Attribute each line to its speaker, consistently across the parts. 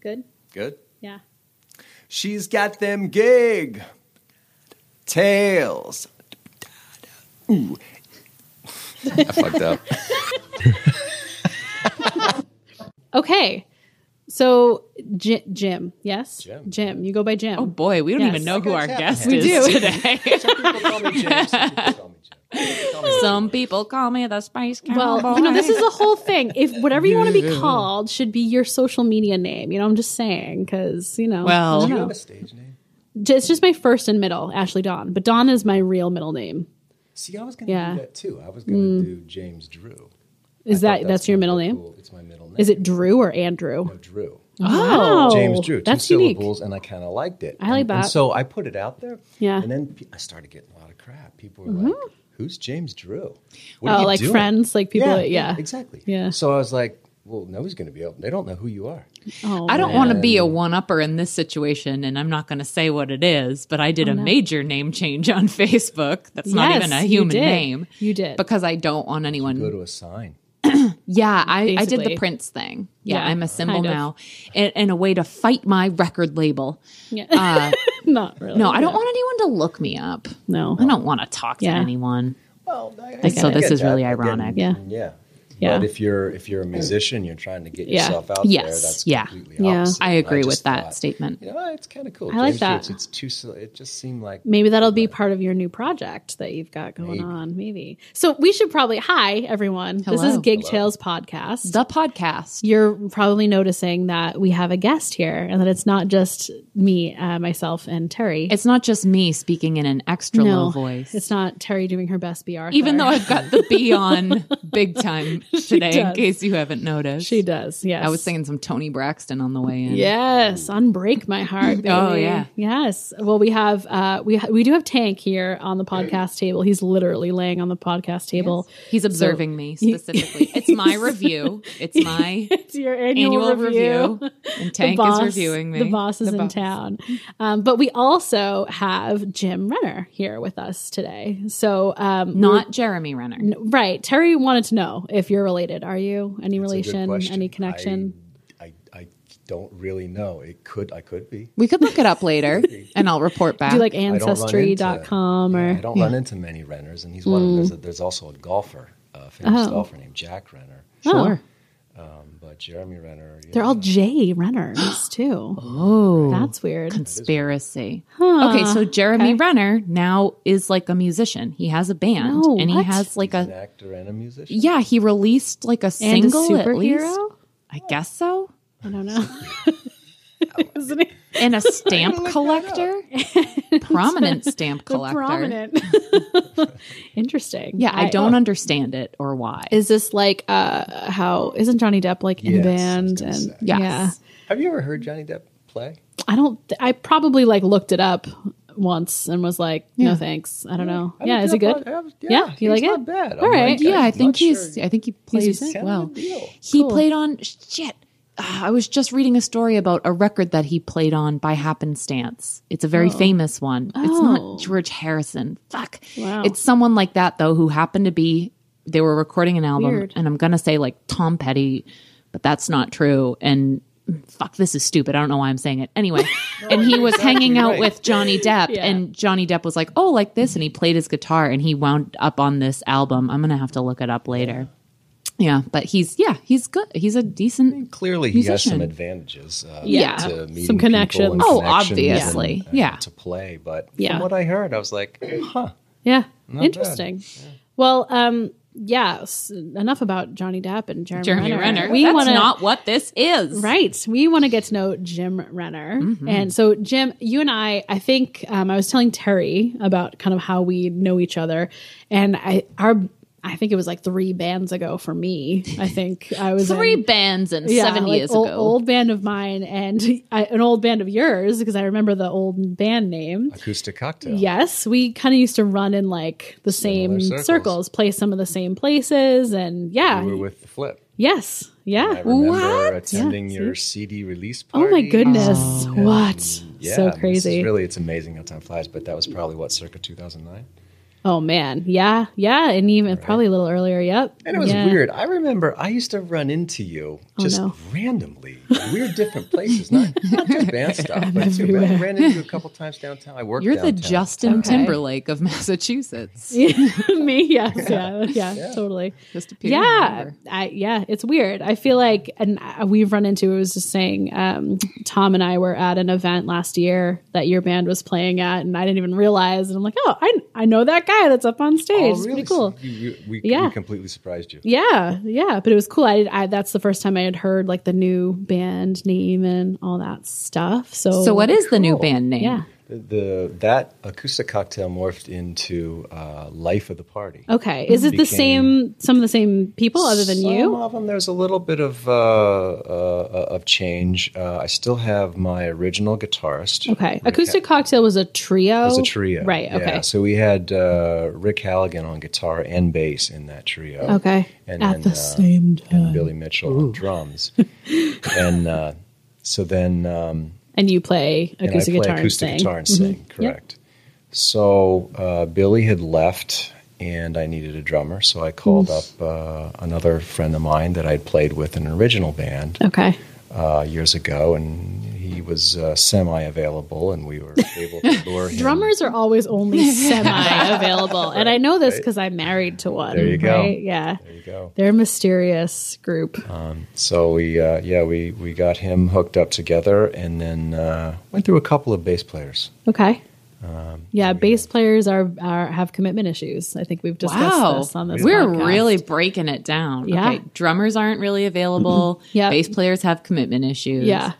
Speaker 1: Good.
Speaker 2: Good.
Speaker 1: Yeah.
Speaker 2: She's got them gig tails. Ooh. I fucked up.
Speaker 1: Okay. So J- Jim, yes,
Speaker 2: Jim.
Speaker 1: Jim, you go by Jim.
Speaker 3: Oh boy, we don't
Speaker 1: Yes.
Speaker 3: even know who our guest
Speaker 1: We
Speaker 3: is
Speaker 1: do.
Speaker 3: today.
Speaker 2: Some people call me James. Some people call me Jim. Call me Jim.
Speaker 3: Some people call me the Spice Cowboy.
Speaker 1: well, you know, this is a whole thing. If whatever you want to be called should be your social media name, you know, I'm just saying because you know, I
Speaker 3: Well-
Speaker 2: Do
Speaker 1: don't
Speaker 2: you
Speaker 1: know.
Speaker 2: have a stage name?
Speaker 1: J- it's just my first and middle, Ashley Dawn, but Dawn is my real middle name.
Speaker 2: See, I was going to
Speaker 1: Yeah. Mm.
Speaker 2: do that too. I was going to do James Drew.
Speaker 1: Is
Speaker 2: I thought
Speaker 1: that that's, your
Speaker 2: my
Speaker 1: middle name?
Speaker 2: cool- It's my middle name.
Speaker 1: Is it Drew or Andrew?
Speaker 2: No, Drew.
Speaker 1: Oh,
Speaker 2: James Drew. Two
Speaker 1: That's unique.
Speaker 2: syllables, and I kind of liked it.
Speaker 1: I like
Speaker 2: And- and
Speaker 1: that.
Speaker 2: so I put it out there.
Speaker 1: Yeah. Mm-hmm.
Speaker 2: And then pe- I started getting a lot of crap. People were like, "Who's James Drew?" What are
Speaker 1: Oh,
Speaker 2: you
Speaker 1: like
Speaker 2: doing?"
Speaker 1: friends, like people. Yeah.
Speaker 2: exactly.
Speaker 1: Yeah.
Speaker 2: So I was like, "Well, nobody's going to be able. They don't know who you are."
Speaker 1: Oh,
Speaker 3: I don't want to be a one upper in this situation, and I'm not going to say what it is, but I did a major name change on Facebook. That's not
Speaker 1: Oh, Yes,
Speaker 3: even a
Speaker 1: you
Speaker 3: human
Speaker 1: did.
Speaker 3: name.
Speaker 1: You did.
Speaker 3: Because I don't want
Speaker 2: Go
Speaker 3: anyone.
Speaker 2: to a sign.
Speaker 3: Yeah, I, I did
Speaker 1: Basically.
Speaker 3: the Prince thing. Yeah,
Speaker 1: Yeah,
Speaker 3: I'm a symbol
Speaker 1: kind of.
Speaker 3: now. And, and a way to fight my record label.
Speaker 1: Yeah.
Speaker 3: Uh,
Speaker 1: Not really.
Speaker 3: no, I don't want anyone to look me up.
Speaker 1: No.
Speaker 3: I don't want to talk to
Speaker 1: Yeah.
Speaker 3: anyone.
Speaker 2: Well, I, I
Speaker 3: so
Speaker 2: get
Speaker 3: this is
Speaker 2: that,
Speaker 3: really
Speaker 2: but then-
Speaker 3: ironic.
Speaker 1: Yeah.
Speaker 2: Yeah.
Speaker 1: Yeah.
Speaker 2: But if you're if you're a musician, you're trying to get
Speaker 1: Yeah.
Speaker 2: yourself out there.
Speaker 3: Yes.
Speaker 2: That's
Speaker 3: Yeah.
Speaker 2: completely
Speaker 1: Yeah.
Speaker 2: opposite.
Speaker 3: I
Speaker 2: And
Speaker 3: agree with
Speaker 2: just
Speaker 3: that
Speaker 2: thought,
Speaker 3: statement.
Speaker 2: You know, it's kind of cool.
Speaker 1: I like
Speaker 2: James Drew,
Speaker 1: that.
Speaker 2: It's, it's too. so- It just seemed like
Speaker 1: Maybe that'll be part of your new project that you've got going
Speaker 2: Maybe.
Speaker 1: on. Maybe. So we should probably hi everyone. This is
Speaker 3: Hello.
Speaker 1: Gig Tales podcast.
Speaker 3: The podcast.
Speaker 1: You're probably noticing that we have a guest here, and that it's not just me, uh, myself, and Terry.
Speaker 3: It's not just me speaking in an extra low voice.
Speaker 1: It's not Terry doing her best BR.
Speaker 3: even though I've got the B on big time today, in
Speaker 1: does.
Speaker 3: case you haven't noticed.
Speaker 1: she does. Yes,
Speaker 3: I was singing some Tony Braxton on the way in.
Speaker 1: Yes, unbreak my heart. Baby.
Speaker 3: Oh, yeah.
Speaker 1: Yes. Well, we have uh we ha- we do have Tank here on the podcast table. He's literally laying on the podcast table.
Speaker 3: He's observing me specifically. It's my review. It's my
Speaker 1: It's your annual,
Speaker 3: annual review.
Speaker 1: review.
Speaker 3: And
Speaker 1: The
Speaker 3: Tank
Speaker 1: boss-
Speaker 3: is reviewing me.
Speaker 1: The boss is in
Speaker 3: boss.
Speaker 1: town. Um, but we also have Jim Renner here with us today. So, um,
Speaker 3: Not Jeremy Renner.
Speaker 1: right. Terry wanted to know if you're related. Are you? Any
Speaker 2: That's a good
Speaker 1: relation?
Speaker 2: question.
Speaker 1: Any connection?
Speaker 2: I, I I don't really know. It could I could be.
Speaker 3: We could look it up later and I'll report back.
Speaker 1: do you like
Speaker 2: I don't run into-
Speaker 1: ancestry.com or?
Speaker 2: I don't run into many renters, and he's one of them. There's, a, there's also a golfer, a famous golfer named Jack Renner,
Speaker 3: Sure.
Speaker 2: um, but Jeremy Renner. yeah.
Speaker 1: Oh, They're all J Renners too.
Speaker 3: Oh.
Speaker 1: That's weird.
Speaker 3: Conspiracy. Okay, so Jeremy Renner now is like a musician. He has a band
Speaker 1: No,
Speaker 3: and he
Speaker 1: what?
Speaker 3: has like
Speaker 2: He's an
Speaker 3: a
Speaker 2: actor and a musician.
Speaker 3: yeah. He released like a
Speaker 1: And a
Speaker 3: single at least.
Speaker 1: superhero?
Speaker 3: I guess so.
Speaker 1: I don't know. Isn't it
Speaker 3: and a stamp collector, prominent stamp collector.
Speaker 1: prominent? Interesting.
Speaker 3: Yeah, I don't understand it or why.
Speaker 1: Is this like uh how isn't Johnny Depp like in a
Speaker 2: Yes, I was
Speaker 1: band
Speaker 2: gonna
Speaker 1: and
Speaker 2: say.
Speaker 3: Yes.
Speaker 1: yeah?
Speaker 2: Have you ever heard Johnny Depp play?
Speaker 1: I don't. th- I probably like looked it up once and was like, no thanks. I don't know.
Speaker 2: I
Speaker 1: yeah,
Speaker 2: looked
Speaker 1: is he
Speaker 2: it up
Speaker 1: good?
Speaker 2: on- I was-
Speaker 1: Yeah,
Speaker 2: yeah,
Speaker 1: you like
Speaker 2: he's
Speaker 1: it?
Speaker 2: not bad. I'm
Speaker 1: All right.
Speaker 2: like,
Speaker 3: yeah,
Speaker 2: I'm
Speaker 3: I
Speaker 2: not
Speaker 3: think
Speaker 2: sure
Speaker 3: he's. I think he plays
Speaker 1: decent.
Speaker 3: well.
Speaker 2: Kind of a deal.
Speaker 3: He
Speaker 1: Cool.
Speaker 3: played on shit. Ah, I was just reading a story about a record that he played on by happenstance. It's a very famous one. It's
Speaker 1: Oh.
Speaker 3: not George Harrison. Fuck.
Speaker 1: Wow.
Speaker 3: It's someone like that though who happened to be they were recording an album
Speaker 1: Weird.
Speaker 3: and I'm going to say like Tom Petty, but that's not true and fuck this is stupid. I don't know why I'm saying it. Anyway, and he was hanging out
Speaker 2: right.
Speaker 3: with Johnny Depp
Speaker 1: Yeah.
Speaker 3: and Johnny Depp was like, "Oh, like this." And he played his guitar and he wound up on this album. I'm going to have to look it up later. Yeah, but he's yeah, he's good. He's a decent.
Speaker 2: Clearly, he has some
Speaker 3: Musician.
Speaker 2: advantages. Uh,
Speaker 3: Yeah.
Speaker 2: to
Speaker 3: Some
Speaker 2: meeting people and
Speaker 1: connections.
Speaker 3: Oh,
Speaker 2: connections
Speaker 3: obviously.
Speaker 2: and- and
Speaker 3: Yeah.
Speaker 2: To play, but
Speaker 1: Yeah.
Speaker 2: from what I heard, I was like, huh.
Speaker 1: Yeah,
Speaker 2: bad.
Speaker 1: interesting. Well, um, yeah. s- Enough about Johnny Depp and Jeremy,
Speaker 3: Jeremy
Speaker 1: Renner.
Speaker 3: Renner. That's
Speaker 1: wanna-
Speaker 3: not what this is.
Speaker 1: Right. We want to get to know Jim Renner. And so, Jim, you and I, I think um, I was telling Terry about kind of how we know each other. And I, our, I think it was like three bands ago for me. I think I was
Speaker 3: Three
Speaker 1: in-
Speaker 3: bands and
Speaker 1: yeah,
Speaker 3: seven
Speaker 1: like
Speaker 3: years
Speaker 1: ol-
Speaker 3: ago.
Speaker 1: Old band of mine and I, an old band of yours because I remember the old band name.
Speaker 2: Acoustic cocktail.
Speaker 1: Yes, we kind of used to run in like the same
Speaker 2: Similar
Speaker 1: circles.
Speaker 2: circles.
Speaker 1: play some of the same places, and yeah,
Speaker 2: We were with the flip.
Speaker 1: yes,
Speaker 2: I
Speaker 1: yeah.
Speaker 2: remember attending
Speaker 1: Yeah,
Speaker 2: your CD release
Speaker 1: Oh
Speaker 2: party.
Speaker 1: my goodness!
Speaker 3: Oh,
Speaker 1: What?
Speaker 2: Yeah,
Speaker 1: so
Speaker 2: I mean, this is
Speaker 1: crazy.
Speaker 2: really, it's amazing how time flies. But that was probably what circa 2009.
Speaker 1: Oh man, yeah, yeah, and even probably a little earlier. Yep.
Speaker 2: And it was
Speaker 1: Yeah. Oh,
Speaker 2: weird. I remember I used to run into you just
Speaker 1: no.
Speaker 2: randomly. Weird different places. Not, not just band stuff, but too, I
Speaker 1: everywhere.
Speaker 2: ran into you a couple times downtown. I worked
Speaker 3: You're the
Speaker 2: downtown.
Speaker 3: Justin
Speaker 1: Okay.
Speaker 3: Timberlake of Massachusetts.
Speaker 1: Yeah, me, yes, yeah, yeah,
Speaker 2: Yeah.
Speaker 1: totally.
Speaker 3: Just appeared
Speaker 1: Yeah,
Speaker 3: everywhere.
Speaker 1: I, yeah, it's weird. I feel like, and I- we've run into. I was just saying, um, Tom and I were at an event last year that your band was playing at, and I didn't even realize. And I'm like, oh, I I know that guy that's up on stage.
Speaker 2: Oh,
Speaker 1: It's
Speaker 2: really?
Speaker 1: pretty cool.
Speaker 2: So you- you- we,
Speaker 1: Yeah.
Speaker 2: we completely surprised you.
Speaker 1: Yeah, yeah, but it was cool. I, I that's the first time I had heard like the new band name and all that stuff. So
Speaker 3: So what is the new
Speaker 2: Cool.
Speaker 3: band name?
Speaker 1: Oh, Yeah.
Speaker 2: The, the that acoustic cocktail morphed into uh, life of the party.
Speaker 1: Okay. Is it the same?
Speaker 2: Became-
Speaker 1: Some of the same people other than
Speaker 2: Some
Speaker 1: you?
Speaker 2: of them, there's a little bit of uh, uh, of change. Uh, I still have my original guitarist.
Speaker 1: Okay.
Speaker 2: Rick
Speaker 1: Acoustic Cocktail was a trio.
Speaker 2: It was a trio.
Speaker 1: Right.
Speaker 2: Yeah,
Speaker 1: Okay.
Speaker 2: So we had uh, Rick Halligan on guitar and bass in that trio.
Speaker 1: okay.
Speaker 2: And
Speaker 1: At
Speaker 2: then,
Speaker 1: the
Speaker 2: uh,
Speaker 1: same time.
Speaker 2: And Billy Mitchell on drums. and uh, so then um,
Speaker 1: And you play
Speaker 2: and I
Speaker 1: acoustic
Speaker 2: play
Speaker 1: guitar
Speaker 2: acoustic
Speaker 1: and sing. Mm-hmm.
Speaker 2: guitar and sing, correct. So uh, Billy had left and I needed a drummer. So I called
Speaker 1: Mm.
Speaker 2: up uh, another friend of mine that I'd played with in an original band
Speaker 3: Mm-hmm.
Speaker 1: Okay.
Speaker 2: uh, years ago, and he was uh, semi-available, and we were able to lure him.
Speaker 1: Drummers are always only semi available. And I know this because I'm married to one.
Speaker 2: There you go. Uh,
Speaker 1: right? Yeah.
Speaker 2: There you go.
Speaker 1: They're a mysterious group.
Speaker 2: So we, uh, yeah, we we got him hooked up together, and then uh, went through a couple of bass players.
Speaker 1: Okay.
Speaker 2: um,
Speaker 1: yeah, bass players are, are have commitment issues. I think we've discussed
Speaker 3: Wow.
Speaker 1: this on this.
Speaker 3: We're
Speaker 1: podcast.
Speaker 3: really breaking it down.
Speaker 1: Yeah.
Speaker 3: Okay. Drummers aren't really available.
Speaker 1: Yep.
Speaker 3: Bass players have commitment issues.
Speaker 1: Yeah.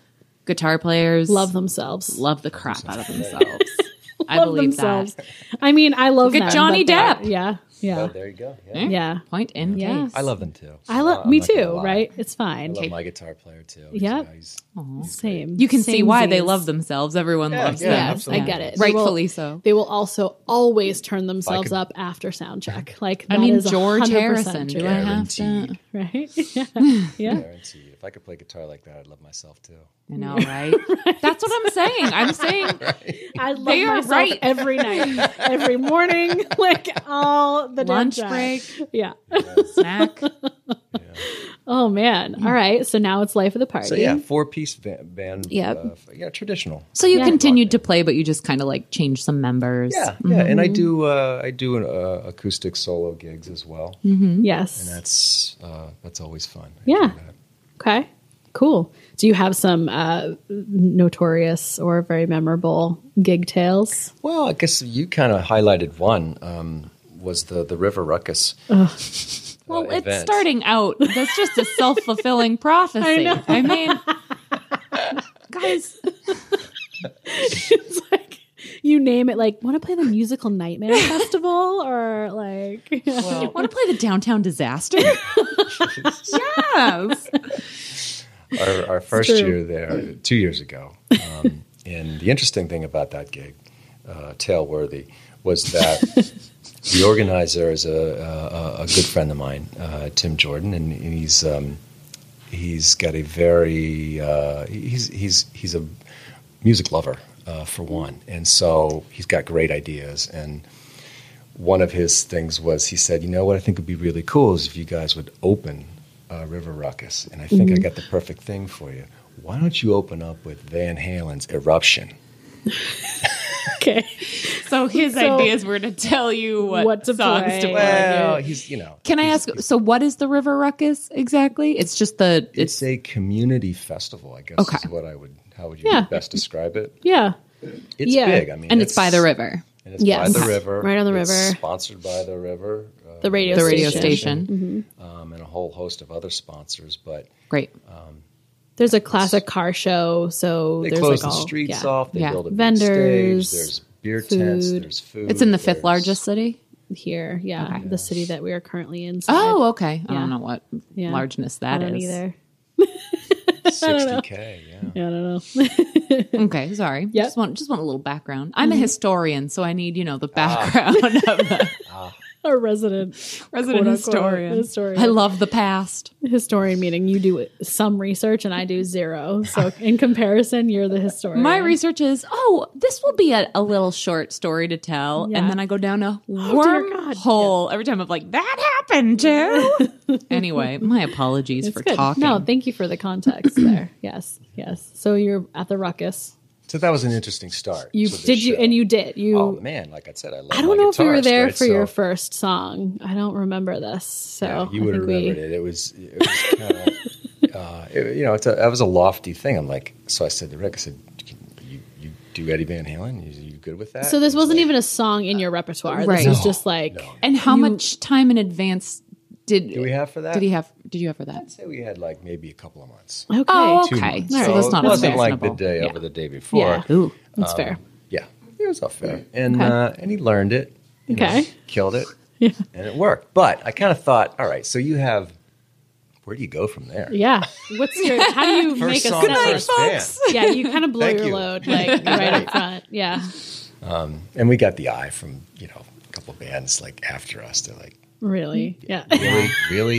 Speaker 3: Guitar players
Speaker 1: love themselves.
Speaker 3: love the crap out of themselves. I
Speaker 1: Love
Speaker 3: believe
Speaker 1: themselves.
Speaker 3: that.
Speaker 1: I mean, I love
Speaker 3: Look at
Speaker 1: them,
Speaker 3: Johnny
Speaker 1: but that-
Speaker 3: Depp.
Speaker 1: Yeah, yeah,
Speaker 2: Oh, there you go. Yeah.
Speaker 1: yeah.
Speaker 3: Eh? Point in
Speaker 1: Yeah.
Speaker 3: case.
Speaker 2: I love them too.
Speaker 1: I
Speaker 2: Uh,
Speaker 1: love
Speaker 2: I'm
Speaker 1: me
Speaker 2: not gonna
Speaker 1: too.
Speaker 2: lie.
Speaker 1: Right? It's fine.
Speaker 2: I love
Speaker 3: Okay.
Speaker 2: my guitar player too.
Speaker 1: Yep.
Speaker 2: Yeah, he's,
Speaker 1: Same.
Speaker 3: You can see why they
Speaker 1: Samesies.
Speaker 3: love themselves. Everyone
Speaker 2: Yeah,
Speaker 3: loves
Speaker 2: yeah,
Speaker 3: them.
Speaker 1: Yes,
Speaker 2: absolutely.
Speaker 1: I get it. They will-
Speaker 3: Rightfully so.
Speaker 1: They will also always turn themselves
Speaker 2: could-
Speaker 1: up after sound check. Like
Speaker 3: I
Speaker 1: that
Speaker 3: mean,
Speaker 1: is
Speaker 3: George
Speaker 1: 100%
Speaker 3: Harrison. Do I
Speaker 1: true,
Speaker 3: have to?
Speaker 2: Guaranteed.
Speaker 1: right? Yeah. yeah.
Speaker 2: guaranteed. If I could play guitar like that, I'd love myself too.
Speaker 3: I know, right? That's what I'm saying. I'm saying
Speaker 1: I love
Speaker 3: They are
Speaker 1: myself
Speaker 3: right.
Speaker 1: every night, every morning, like all the damn
Speaker 3: Lunch
Speaker 1: time.
Speaker 3: break.
Speaker 1: Yeah.
Speaker 3: snack.
Speaker 1: Oh
Speaker 3: Mm.
Speaker 1: man. All right. So now it's life of the party.
Speaker 2: So yeah, four piece band. band
Speaker 3: Yep.
Speaker 2: uh, f- yeah, traditional.
Speaker 3: So you
Speaker 1: Yeah.
Speaker 3: continued to play, but you just kind of like changed some members. Mm.
Speaker 2: Yeah, yeah, and I
Speaker 1: Mm-hmm.
Speaker 2: do uh, I do an, uh, acoustic solo gigs as well.
Speaker 3: Mm-hmm.
Speaker 1: Yes.
Speaker 2: That's uh, that's always fun. I
Speaker 1: Yeah.
Speaker 2: do that.
Speaker 1: Okay. Cool. Do you have some uh, notorious or very memorable gig tales?
Speaker 2: Well, I guess you kind of highlighted one um, was the the River Ruckus.
Speaker 3: Well,
Speaker 2: uh,
Speaker 3: it's
Speaker 2: event.
Speaker 3: starting out. That's just a self fulfilling prophecy. I, mean, guys,
Speaker 1: it's like you name it. Like, want to play the musical Nightmare Festival or like?
Speaker 2: Well,
Speaker 3: want to play the downtown disaster? yes.
Speaker 2: our, our first
Speaker 1: true.
Speaker 2: year there, two years ago. Um, and the interesting thing about that gig, uh, Tailworthy, was that the organizer is a, a, a good friend of mine, uh, Tim Jordan, and he's um, he's got a very uh, he's he's he's a music lover uh, for one, and so he's got great ideas and. One of his things was he said, "You know what I think would be really cool is if you guys would open uh, River Ruckus, and I think
Speaker 1: Mm-hmm.
Speaker 2: I got the perfect thing for you. Why don't you open up with Van Halen's Eruption?
Speaker 1: okay.
Speaker 3: So his
Speaker 1: So-
Speaker 3: ideas were to tell you what,
Speaker 1: What to
Speaker 3: songs
Speaker 1: play.
Speaker 3: to play.
Speaker 2: Well, he's you know,
Speaker 3: Can I ask? So, what is the River Ruckus exactly? It's just the.
Speaker 2: it's,
Speaker 3: It's,
Speaker 2: a community festival, I guess.
Speaker 3: Okay.
Speaker 2: is what I would. How would you
Speaker 1: Yeah.
Speaker 2: best describe it?
Speaker 1: Yeah.
Speaker 2: It's
Speaker 1: Yeah.
Speaker 2: big. I mean,
Speaker 3: and it's, by the river.
Speaker 2: And it's
Speaker 1: Yes.
Speaker 2: by the
Speaker 1: Okay.
Speaker 2: river,
Speaker 1: Right on the
Speaker 2: It's
Speaker 1: river.
Speaker 2: Sponsored by the river, uh,
Speaker 1: The radio
Speaker 3: The radio
Speaker 1: station. Mm-hmm.
Speaker 3: station.
Speaker 2: um, and a whole host of other sponsors. But
Speaker 3: Great.
Speaker 1: There's a classic car show, so
Speaker 2: they
Speaker 1: there's
Speaker 2: close
Speaker 1: like all
Speaker 2: the streets
Speaker 1: yeah.
Speaker 2: off. They
Speaker 3: Yeah.
Speaker 2: build a
Speaker 1: Vendors,
Speaker 2: big stage. There's beer tents.
Speaker 1: food.
Speaker 2: There's food.
Speaker 3: It's in the fifth
Speaker 2: there's-
Speaker 3: largest city.
Speaker 1: here. Yeah, the city that we are currently in.
Speaker 3: Oh, okay. I
Speaker 1: Yeah.
Speaker 3: don't know what
Speaker 1: Yeah.
Speaker 3: largeness
Speaker 1: I
Speaker 3: that is.
Speaker 1: don't either.
Speaker 2: 60k. Yeah.
Speaker 1: Yeah, I don't know.
Speaker 3: Okay, sorry.
Speaker 1: Yep. Mm-hmm.
Speaker 2: Ah.
Speaker 3: Just want just want a little background. I'm a historian, so I need you know the background of the,
Speaker 1: a resident,
Speaker 3: Resident
Speaker 1: quote, unquote,
Speaker 3: historian.
Speaker 1: historian.
Speaker 3: I love the past.
Speaker 1: historian meaning you do some research and I do zero. So in comparison, you're the historian.
Speaker 3: My research is, oh, this will be a, a little short story to tell.
Speaker 1: Yeah. Oh,
Speaker 3: And then I go down a
Speaker 1: dear God.
Speaker 3: wormhole every time I'm like, that happened too. anyway, my apologies
Speaker 1: It's
Speaker 3: for
Speaker 1: good.
Speaker 3: talking.
Speaker 1: No, thank you for the context there. Yes, yes. So you're at the ruckus.
Speaker 2: So that was an interesting start.
Speaker 1: You
Speaker 2: to this
Speaker 1: did you
Speaker 2: show.
Speaker 1: and you did you.
Speaker 2: Oh man, like I said, I love.
Speaker 1: I don't
Speaker 2: my
Speaker 1: know if we were
Speaker 2: guitarist,
Speaker 1: there
Speaker 2: right?
Speaker 1: for your
Speaker 2: So-
Speaker 1: first song. I don't remember this. So
Speaker 2: Yeah, you
Speaker 1: I
Speaker 2: would have
Speaker 1: think we-
Speaker 2: remembered it. It was, it was kinda, uh, it- you know, it's a, that was a lofty thing. I'm like, so I said to Rick, I said, you, you do Eddie Van Halen? You, you good with that?
Speaker 1: So this
Speaker 2: He's
Speaker 1: wasn't
Speaker 2: like,
Speaker 1: even a song in your repertoire.
Speaker 3: Right.
Speaker 1: This was
Speaker 2: Uh, No,
Speaker 1: just like
Speaker 2: no.
Speaker 3: And how
Speaker 1: You-
Speaker 3: much time in advance did
Speaker 2: Do we have for that?
Speaker 3: Did he have? Did you have for that?
Speaker 2: Say we had like maybe a couple of months.
Speaker 1: okay.
Speaker 3: Oh,
Speaker 2: Two
Speaker 3: Okay,
Speaker 2: months.
Speaker 3: so
Speaker 2: So
Speaker 3: that's
Speaker 2: it
Speaker 3: not
Speaker 2: wasn't like the
Speaker 3: unreasonable.
Speaker 2: day
Speaker 3: Yeah.
Speaker 2: over the day before.
Speaker 1: yeah,
Speaker 3: Ooh.
Speaker 1: that's fair.
Speaker 2: Yeah, it was all fair, and
Speaker 1: Okay.
Speaker 2: uh, and he learned it. you know,
Speaker 1: Okay.
Speaker 2: killed it, and it worked. But I kind of thought, all right, so you have, where do you go from there?
Speaker 1: Yeah. What's your? How do you make a
Speaker 2: song,
Speaker 1: song?
Speaker 2: first band.
Speaker 1: Yeah, you kind of blow
Speaker 2: Thank
Speaker 1: your
Speaker 2: you.
Speaker 1: load like right up front. Yeah,
Speaker 2: And we got the eye from you know a couple bands like after us. They're like,
Speaker 1: really.
Speaker 3: Mm.
Speaker 1: Yeah,
Speaker 2: really,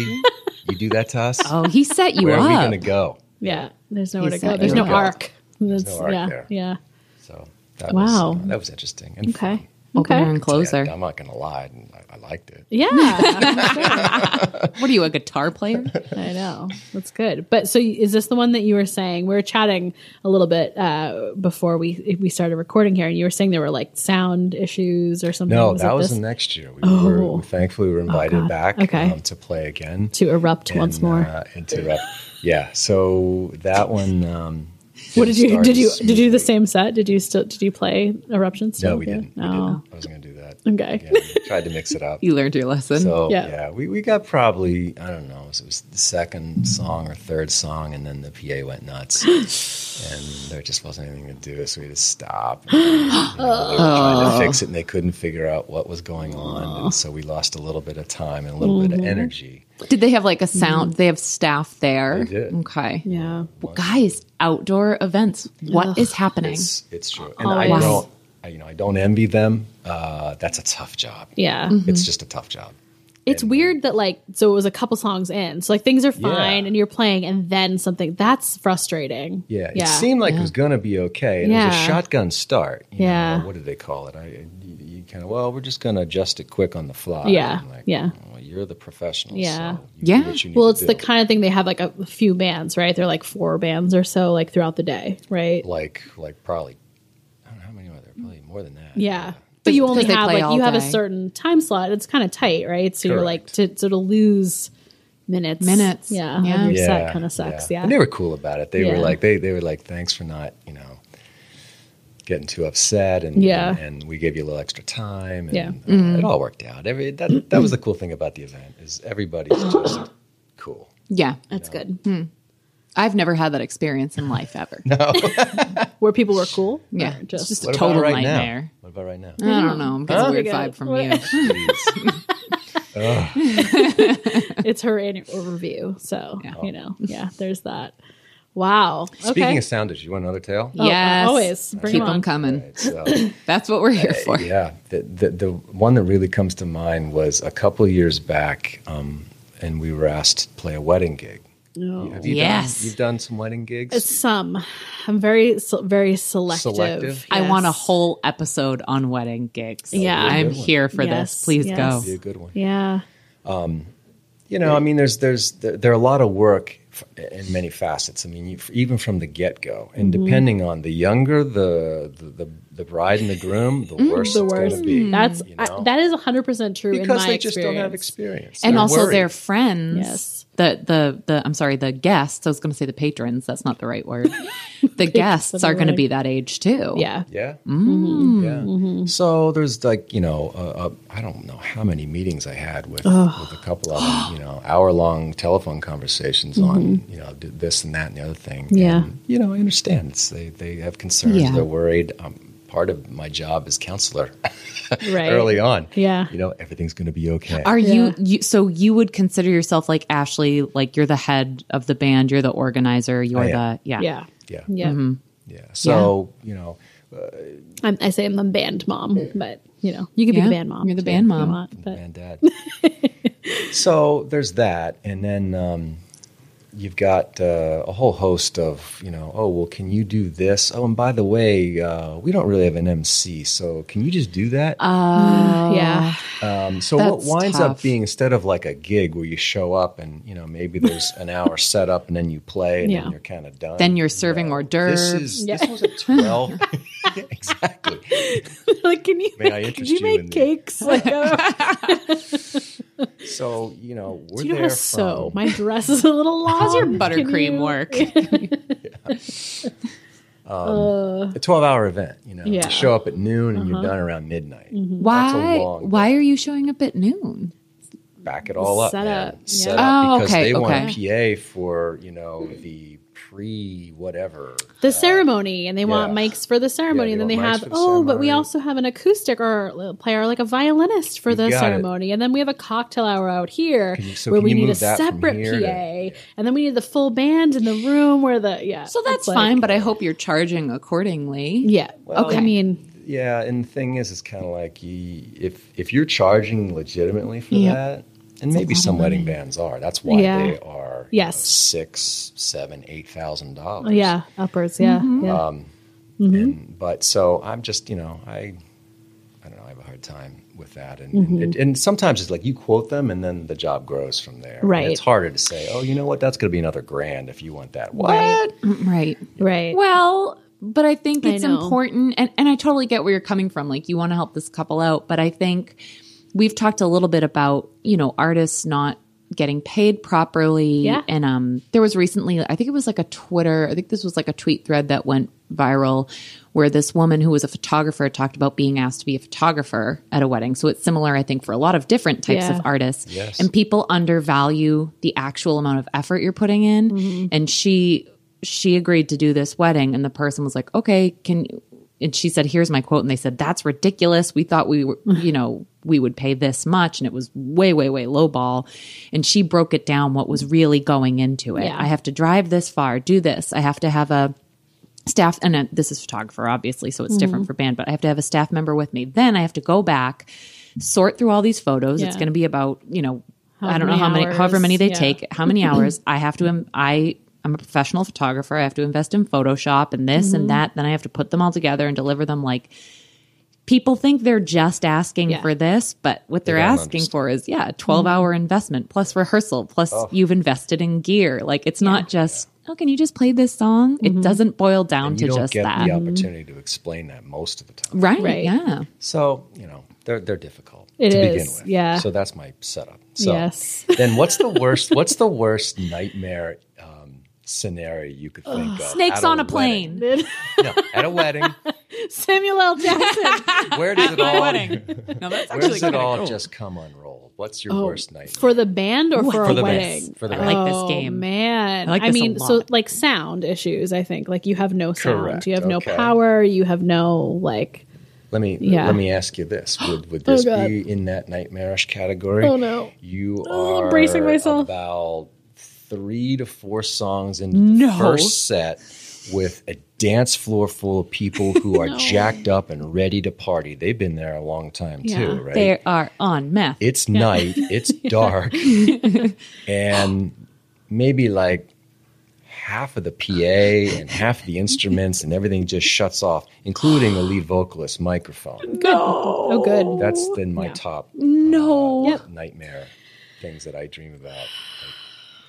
Speaker 2: really, you do that to us?
Speaker 3: Oh, he set you
Speaker 2: Where
Speaker 3: up.
Speaker 2: are we going to go?
Speaker 1: yeah. There's nowhere to
Speaker 3: He's
Speaker 1: go.
Speaker 3: set
Speaker 1: There's
Speaker 3: you
Speaker 1: no
Speaker 3: up.
Speaker 1: arc. There's,
Speaker 2: no arc
Speaker 1: yeah,
Speaker 2: there.
Speaker 1: yeah.
Speaker 2: So that
Speaker 1: Wow.
Speaker 2: was, that was interesting. And
Speaker 1: Okay.
Speaker 3: Opener
Speaker 1: Okay.
Speaker 3: and closer.
Speaker 2: I'm not going to lie, I, I liked it.
Speaker 1: Yeah, I'm sure.
Speaker 3: What are you, a guitar player?
Speaker 1: I know that's good. But so, is this the one that you were saying? We were chatting a little bit uh, before we we started recording here, and you were saying there were like sound issues or something.
Speaker 2: No, that
Speaker 1: it
Speaker 2: was
Speaker 1: this?
Speaker 2: the next year. We
Speaker 1: Oh.
Speaker 2: were we thankfully were invited
Speaker 1: God.
Speaker 2: back
Speaker 1: Okay.
Speaker 2: um, to play again.
Speaker 1: to erupt
Speaker 2: and,
Speaker 1: once more.
Speaker 2: uh, and to wrap- yeah. So that one. Um,
Speaker 1: what did you
Speaker 2: didn't
Speaker 1: did you
Speaker 2: start
Speaker 1: did you do the same set? Did you still did you play eruption still?
Speaker 2: No, we didn't. We
Speaker 1: Oh.
Speaker 2: didn't. I was going to do that.
Speaker 1: Okay.
Speaker 2: Again. We Tried to mix it up.
Speaker 3: You learned your lesson.
Speaker 2: So
Speaker 1: Yeah.
Speaker 2: yeah, we, we got probably I don't know it was the second song or third song, and then the PA went nuts, and there just wasn't anything to do, so we had to stop. And, you know, they were trying to fix it, and they couldn't figure out what was going on, and so we lost a little bit of time and a little
Speaker 1: Mm-hmm.
Speaker 2: bit of energy.
Speaker 3: Did they have like a sound? They have staff there.
Speaker 2: They did.
Speaker 3: Okay.
Speaker 1: Yeah.
Speaker 3: Guys, outdoor events. What is
Speaker 1: Ugh.
Speaker 3: happening?
Speaker 2: It's it's true, and
Speaker 1: Oh, wow.
Speaker 2: I don't I, you know I don't envy them. Uh, that's a tough job.
Speaker 1: Yeah. Mm-hmm.
Speaker 2: It's just a tough job.
Speaker 1: It's weird that like so it was a couple songs in. So like things are fine
Speaker 2: Yeah.
Speaker 1: and you're playing and then something that's frustrating.
Speaker 2: Yeah, it seemed like it was going to be okay. And It was
Speaker 1: Yeah.
Speaker 2: a shotgun start. you
Speaker 1: Yeah.
Speaker 2: know, what did they call it? I you, you kind of well, we're just going to adjust it quick on the fly.
Speaker 1: Yeah,
Speaker 2: I'm like,
Speaker 1: yeah.
Speaker 2: Well, you're the professional.
Speaker 1: Yeah.
Speaker 2: so you do
Speaker 3: Yeah.
Speaker 2: what you need
Speaker 1: Well,
Speaker 2: to
Speaker 1: it's the
Speaker 2: do."
Speaker 1: kind of thing they have like a few bands, right? They're like four bands or so like throughout the day, right?
Speaker 2: like like probably I don't know how many are there. Probably more than that.
Speaker 1: Yeah. But you only
Speaker 3: Because they
Speaker 1: have
Speaker 3: play
Speaker 1: like
Speaker 3: all
Speaker 1: you have a
Speaker 3: day.
Speaker 1: certain time slot. It's kind of tight, right? So you're like to so to lose minutes.
Speaker 3: Minutes.
Speaker 1: Yeah.
Speaker 3: Yeah.
Speaker 1: Your
Speaker 2: Yeah,
Speaker 1: set kind of sucks. Yeah.
Speaker 2: And they were cool about it. They
Speaker 1: Yeah.
Speaker 2: were like they they were like thanks for not you know getting too upset and
Speaker 1: Yeah.
Speaker 2: and, and we gave you a little extra time. And,
Speaker 1: Yeah.
Speaker 2: uh, it all worked out. Every that that was the cool thing about the event is everybody's just cool.
Speaker 3: Yeah.
Speaker 1: That's good.
Speaker 3: I've never had that experience in life ever.
Speaker 1: Where people were cool.
Speaker 3: Yeah.
Speaker 1: Or
Speaker 3: It's
Speaker 1: Just,
Speaker 3: just a
Speaker 2: What about
Speaker 3: total
Speaker 2: right now?
Speaker 3: nightmare.
Speaker 2: What about right now?
Speaker 3: I don't know. I'm getting a weird
Speaker 1: I got
Speaker 3: vibe
Speaker 1: it.
Speaker 3: from you.
Speaker 2: Jeez.
Speaker 1: it's her annual review. So,
Speaker 3: Yeah.
Speaker 1: you know, yeah, there's that. Wow.
Speaker 2: Speaking
Speaker 1: okay.
Speaker 2: of sound issues, you want another tale?
Speaker 1: Oh,
Speaker 3: yes.
Speaker 1: always. Bring
Speaker 3: Keep
Speaker 1: 'em
Speaker 3: them
Speaker 1: on.
Speaker 3: coming.
Speaker 2: Right, so,
Speaker 3: That's what we're here for.
Speaker 2: yeah, the, the the one that really comes to mind was a couple of years back, um, and we were asked to play a wedding gig.
Speaker 1: No.
Speaker 2: Have you
Speaker 3: Yes.
Speaker 2: done, you've done some wedding gigs.
Speaker 1: Some. I'm very, se- very selective.
Speaker 2: Selective?
Speaker 3: I want a
Speaker 1: Yes.
Speaker 3: whole episode on wedding gigs.
Speaker 1: Yeah.
Speaker 3: I'm
Speaker 2: Good one.
Speaker 3: here for
Speaker 1: Yes,
Speaker 3: this. Please
Speaker 1: yes.
Speaker 3: go.
Speaker 2: be a good one.
Speaker 1: Yeah.
Speaker 2: You know, I mean, there's there's there, there are a lot of work f- in many facets. I mean, you, even from the get go, and
Speaker 1: Mm-hmm.
Speaker 2: depending on the younger the the, the, the bride and the groom, the worse
Speaker 1: Mm, The
Speaker 2: it's going
Speaker 1: worst. Mm.
Speaker 2: to be.
Speaker 1: That's
Speaker 2: you
Speaker 1: I,
Speaker 2: know?
Speaker 1: that is 100% true in
Speaker 2: because
Speaker 1: my
Speaker 2: they
Speaker 1: experience.
Speaker 2: just don't have experience,
Speaker 3: and
Speaker 2: They're
Speaker 3: also
Speaker 2: worried.
Speaker 3: their friends.
Speaker 1: Yes.
Speaker 3: The the the I'm sorry, the guests. I was going to say the patrons. That's not the right word. the guests are going to be that age too.
Speaker 1: Yeah.
Speaker 2: Yeah.
Speaker 1: Mm-hmm.
Speaker 2: Yeah. So there's like, you know, uh, uh, I don't know how many meetings I had with, with a couple of them, you know, hour long telephone conversations on, you know, d- this and that and the other thing.
Speaker 1: Mm-hmm. Yeah.
Speaker 2: And, you know, I understand. It's, they, they have concerns.
Speaker 3: Yeah.
Speaker 2: They're worried. Um, part of my job is counselor
Speaker 1: Right.
Speaker 2: early on.
Speaker 1: Yeah.
Speaker 2: You know, everything's going to be okay.
Speaker 3: Are
Speaker 1: Yeah.
Speaker 3: you, you so you would consider yourself like Ashley, like you're the head of the band, you're the organizer, you're
Speaker 2: I am.
Speaker 3: the yeah.
Speaker 1: Yeah.
Speaker 2: yeah.
Speaker 1: Yeah.
Speaker 2: Yeah. So, you know,
Speaker 1: I'm, I say I'm the band mom, but you know, you could
Speaker 3: Yeah,
Speaker 1: be the band mom.
Speaker 3: you're the
Speaker 1: too
Speaker 3: band
Speaker 1: if you
Speaker 3: mom.
Speaker 1: want, but
Speaker 2: and dad. so there's that, and then um, you've got uh, a whole host of you know. Oh well, can you do this? Oh, and by the way, uh, we don't really have an MC, so can you just do that?
Speaker 1: yeah,
Speaker 2: Um, so what
Speaker 3: Ah, That's
Speaker 2: winds up
Speaker 3: tough.
Speaker 2: being instead of like a gig where you show up and you know maybe there's an hour set up and then you play and
Speaker 1: Yeah.
Speaker 2: then you're kind of done.
Speaker 3: Then you're serving hors d'oeuvres.
Speaker 2: This is this was a twelve. Yeah, exactly.
Speaker 1: like can you
Speaker 2: May I
Speaker 1: make, could
Speaker 2: interest
Speaker 1: you
Speaker 2: you in
Speaker 1: make
Speaker 2: the-
Speaker 1: cakes? Like, uh,
Speaker 2: So you know we're
Speaker 1: do you know
Speaker 2: there
Speaker 1: how to
Speaker 2: from
Speaker 1: sew? My dress is a little long.
Speaker 3: How's your
Speaker 1: Can
Speaker 3: buttercream
Speaker 1: you-
Speaker 3: work?
Speaker 2: a twelve-hour event. You know,
Speaker 1: Yeah. Uh-huh. Mm-hmm.
Speaker 2: you show up at noon and you're done around midnight.
Speaker 3: Why?
Speaker 2: long
Speaker 3: Why are you showing up at noon?
Speaker 2: Back it all up,
Speaker 1: Set
Speaker 2: man.
Speaker 1: up, yeah.
Speaker 2: Set
Speaker 3: Oh,
Speaker 2: up because
Speaker 3: okay,
Speaker 2: they want
Speaker 3: okay.
Speaker 2: a PA for you know the pre whatever.
Speaker 1: the ceremony and they want
Speaker 2: yeah.
Speaker 1: mics for the ceremony
Speaker 2: Yeah,
Speaker 1: and
Speaker 2: they
Speaker 1: then they
Speaker 2: want mics
Speaker 1: have
Speaker 2: for the
Speaker 1: oh but we
Speaker 2: ceremony.
Speaker 1: also have an acoustic or l- player like a violinist for the
Speaker 2: got it.
Speaker 1: ceremony and then we have a cocktail hour out here
Speaker 2: Can you- so
Speaker 1: where
Speaker 2: can
Speaker 1: we
Speaker 2: you
Speaker 1: need a
Speaker 2: move that from
Speaker 1: separate
Speaker 2: here
Speaker 1: pa
Speaker 2: to-
Speaker 1: and then we need the full band in the room where the yeah
Speaker 3: So that's
Speaker 1: it's like-
Speaker 3: fine, but I hope you're charging accordingly.
Speaker 1: yeah okay i
Speaker 3: Okay.
Speaker 1: mean
Speaker 2: Yeah, and the thing is, it's kind of like you, if if you're charging legitimately for
Speaker 3: Yep.
Speaker 2: that, and maybe some wedding bands are. That's why
Speaker 1: Yeah.
Speaker 2: they are you
Speaker 1: Yes.
Speaker 2: know, six, seven, eight thousand dollars.
Speaker 1: yeah upwards yeah
Speaker 3: Mm-hmm.
Speaker 1: yeah
Speaker 2: Um, And, but so I'm just you know I I don't know I have a hard time with that, and
Speaker 3: Mm-hmm.
Speaker 2: and, and sometimes it's like you quote them, and then the job grows from there. And
Speaker 1: Right.
Speaker 2: it's harder to say, oh, you know what, that's going to be another grand if you want that. What?
Speaker 1: right
Speaker 3: Right.
Speaker 1: right
Speaker 3: Well, but I think
Speaker 1: I
Speaker 3: it's
Speaker 1: know.
Speaker 3: important and, and I totally get where you're coming from. Like you want to help this couple out, but I think we've talked a little bit about, you know, artists not getting paid properly.
Speaker 1: Yeah.
Speaker 3: And um there was recently I think it was like a Twitter, I think this was like a tweet thread that went viral where this woman who was a photographer talked about being asked to be a photographer at a wedding. So it's similar, I think, for a lot of different types
Speaker 1: Yeah.
Speaker 3: of artists.
Speaker 2: Yes.
Speaker 3: And people undervalue the actual amount of effort you're putting in and she she agreed to do this wedding and the person was like okay can and she said here's my quote and they said that's ridiculous we thought we were you know we would pay this much and it was way way way low ball and she broke it down what was really going into it
Speaker 1: Yeah.
Speaker 3: i have to drive this far do this i have to have a staff and uh, this is photographer obviously so it's
Speaker 1: Mm-hmm.
Speaker 3: different for band but i have to have a staff member with me then i have to go back sort through all these photos it's
Speaker 1: Yeah.
Speaker 3: going to be about you know i don't know
Speaker 1: many
Speaker 3: how many however
Speaker 1: hours,
Speaker 3: many they
Speaker 1: yeah.
Speaker 3: take how many hours i have to im- i i'm a professional photographer i have to invest in photoshop and this
Speaker 1: Mm-hmm.
Speaker 3: and that then i have to put them all together and deliver them like people think they're just asking
Speaker 1: Yeah.
Speaker 3: for this but what they're
Speaker 2: don't
Speaker 3: asking for is yeah a 12 hour investment plus rehearsal plus
Speaker 2: Oh.
Speaker 3: you've invested in gear like it's not just oh can you just play this song it doesn't boil down
Speaker 2: And
Speaker 3: to
Speaker 2: you don't
Speaker 3: just
Speaker 2: get
Speaker 3: that
Speaker 2: the opportunity to explain that most of the time.
Speaker 3: Right,
Speaker 1: Right.
Speaker 3: Yeah.
Speaker 2: So you know they're they're difficult
Speaker 1: It
Speaker 2: to
Speaker 1: is,
Speaker 2: begin with.
Speaker 1: yeah.
Speaker 2: So that's my setup. So
Speaker 1: Yes.
Speaker 2: then what's the worst? What's the worst nightmare um, scenario you could think of?
Speaker 3: Snakes
Speaker 2: at
Speaker 3: on a
Speaker 2: wedding?
Speaker 3: plane.
Speaker 2: No, at a wedding.
Speaker 1: samuel l jackson
Speaker 2: Where does it all? Where
Speaker 3: No, that's
Speaker 2: does it all just come unrolled?
Speaker 1: Oh.
Speaker 2: What's your worst nightmare?
Speaker 1: for the band or for,
Speaker 2: For
Speaker 1: a
Speaker 2: the band.
Speaker 1: wedding
Speaker 2: For the
Speaker 1: I
Speaker 2: band.
Speaker 3: I like this game.
Speaker 1: man
Speaker 3: I like
Speaker 1: i
Speaker 3: this a
Speaker 1: mean so
Speaker 3: lot.
Speaker 1: like sound issues i think like you have no sound
Speaker 2: Correct,
Speaker 1: you have no
Speaker 2: okay.
Speaker 1: power you have no like
Speaker 2: Let me
Speaker 1: Yeah.
Speaker 2: let me ask you this: Would would
Speaker 1: Oh,
Speaker 2: this
Speaker 1: God.
Speaker 2: be in that nightmarish category?
Speaker 1: Oh, no.
Speaker 2: You
Speaker 1: Oh,
Speaker 2: are
Speaker 1: I'm bracing myself.
Speaker 2: about three to four songs into
Speaker 3: No.
Speaker 2: the first set with a dance floor full of people who are jacked up and ready to party. They've been there a long time
Speaker 1: Yeah.
Speaker 2: too, right?
Speaker 3: They are on meth.
Speaker 2: it's night, it's dark, and maybe like half of the PA and half of the instruments and everything just shuts off, including the lead vocalist microphone.
Speaker 1: oh good
Speaker 2: That's then my top
Speaker 3: no.
Speaker 2: uh, nightmare things that I dream about.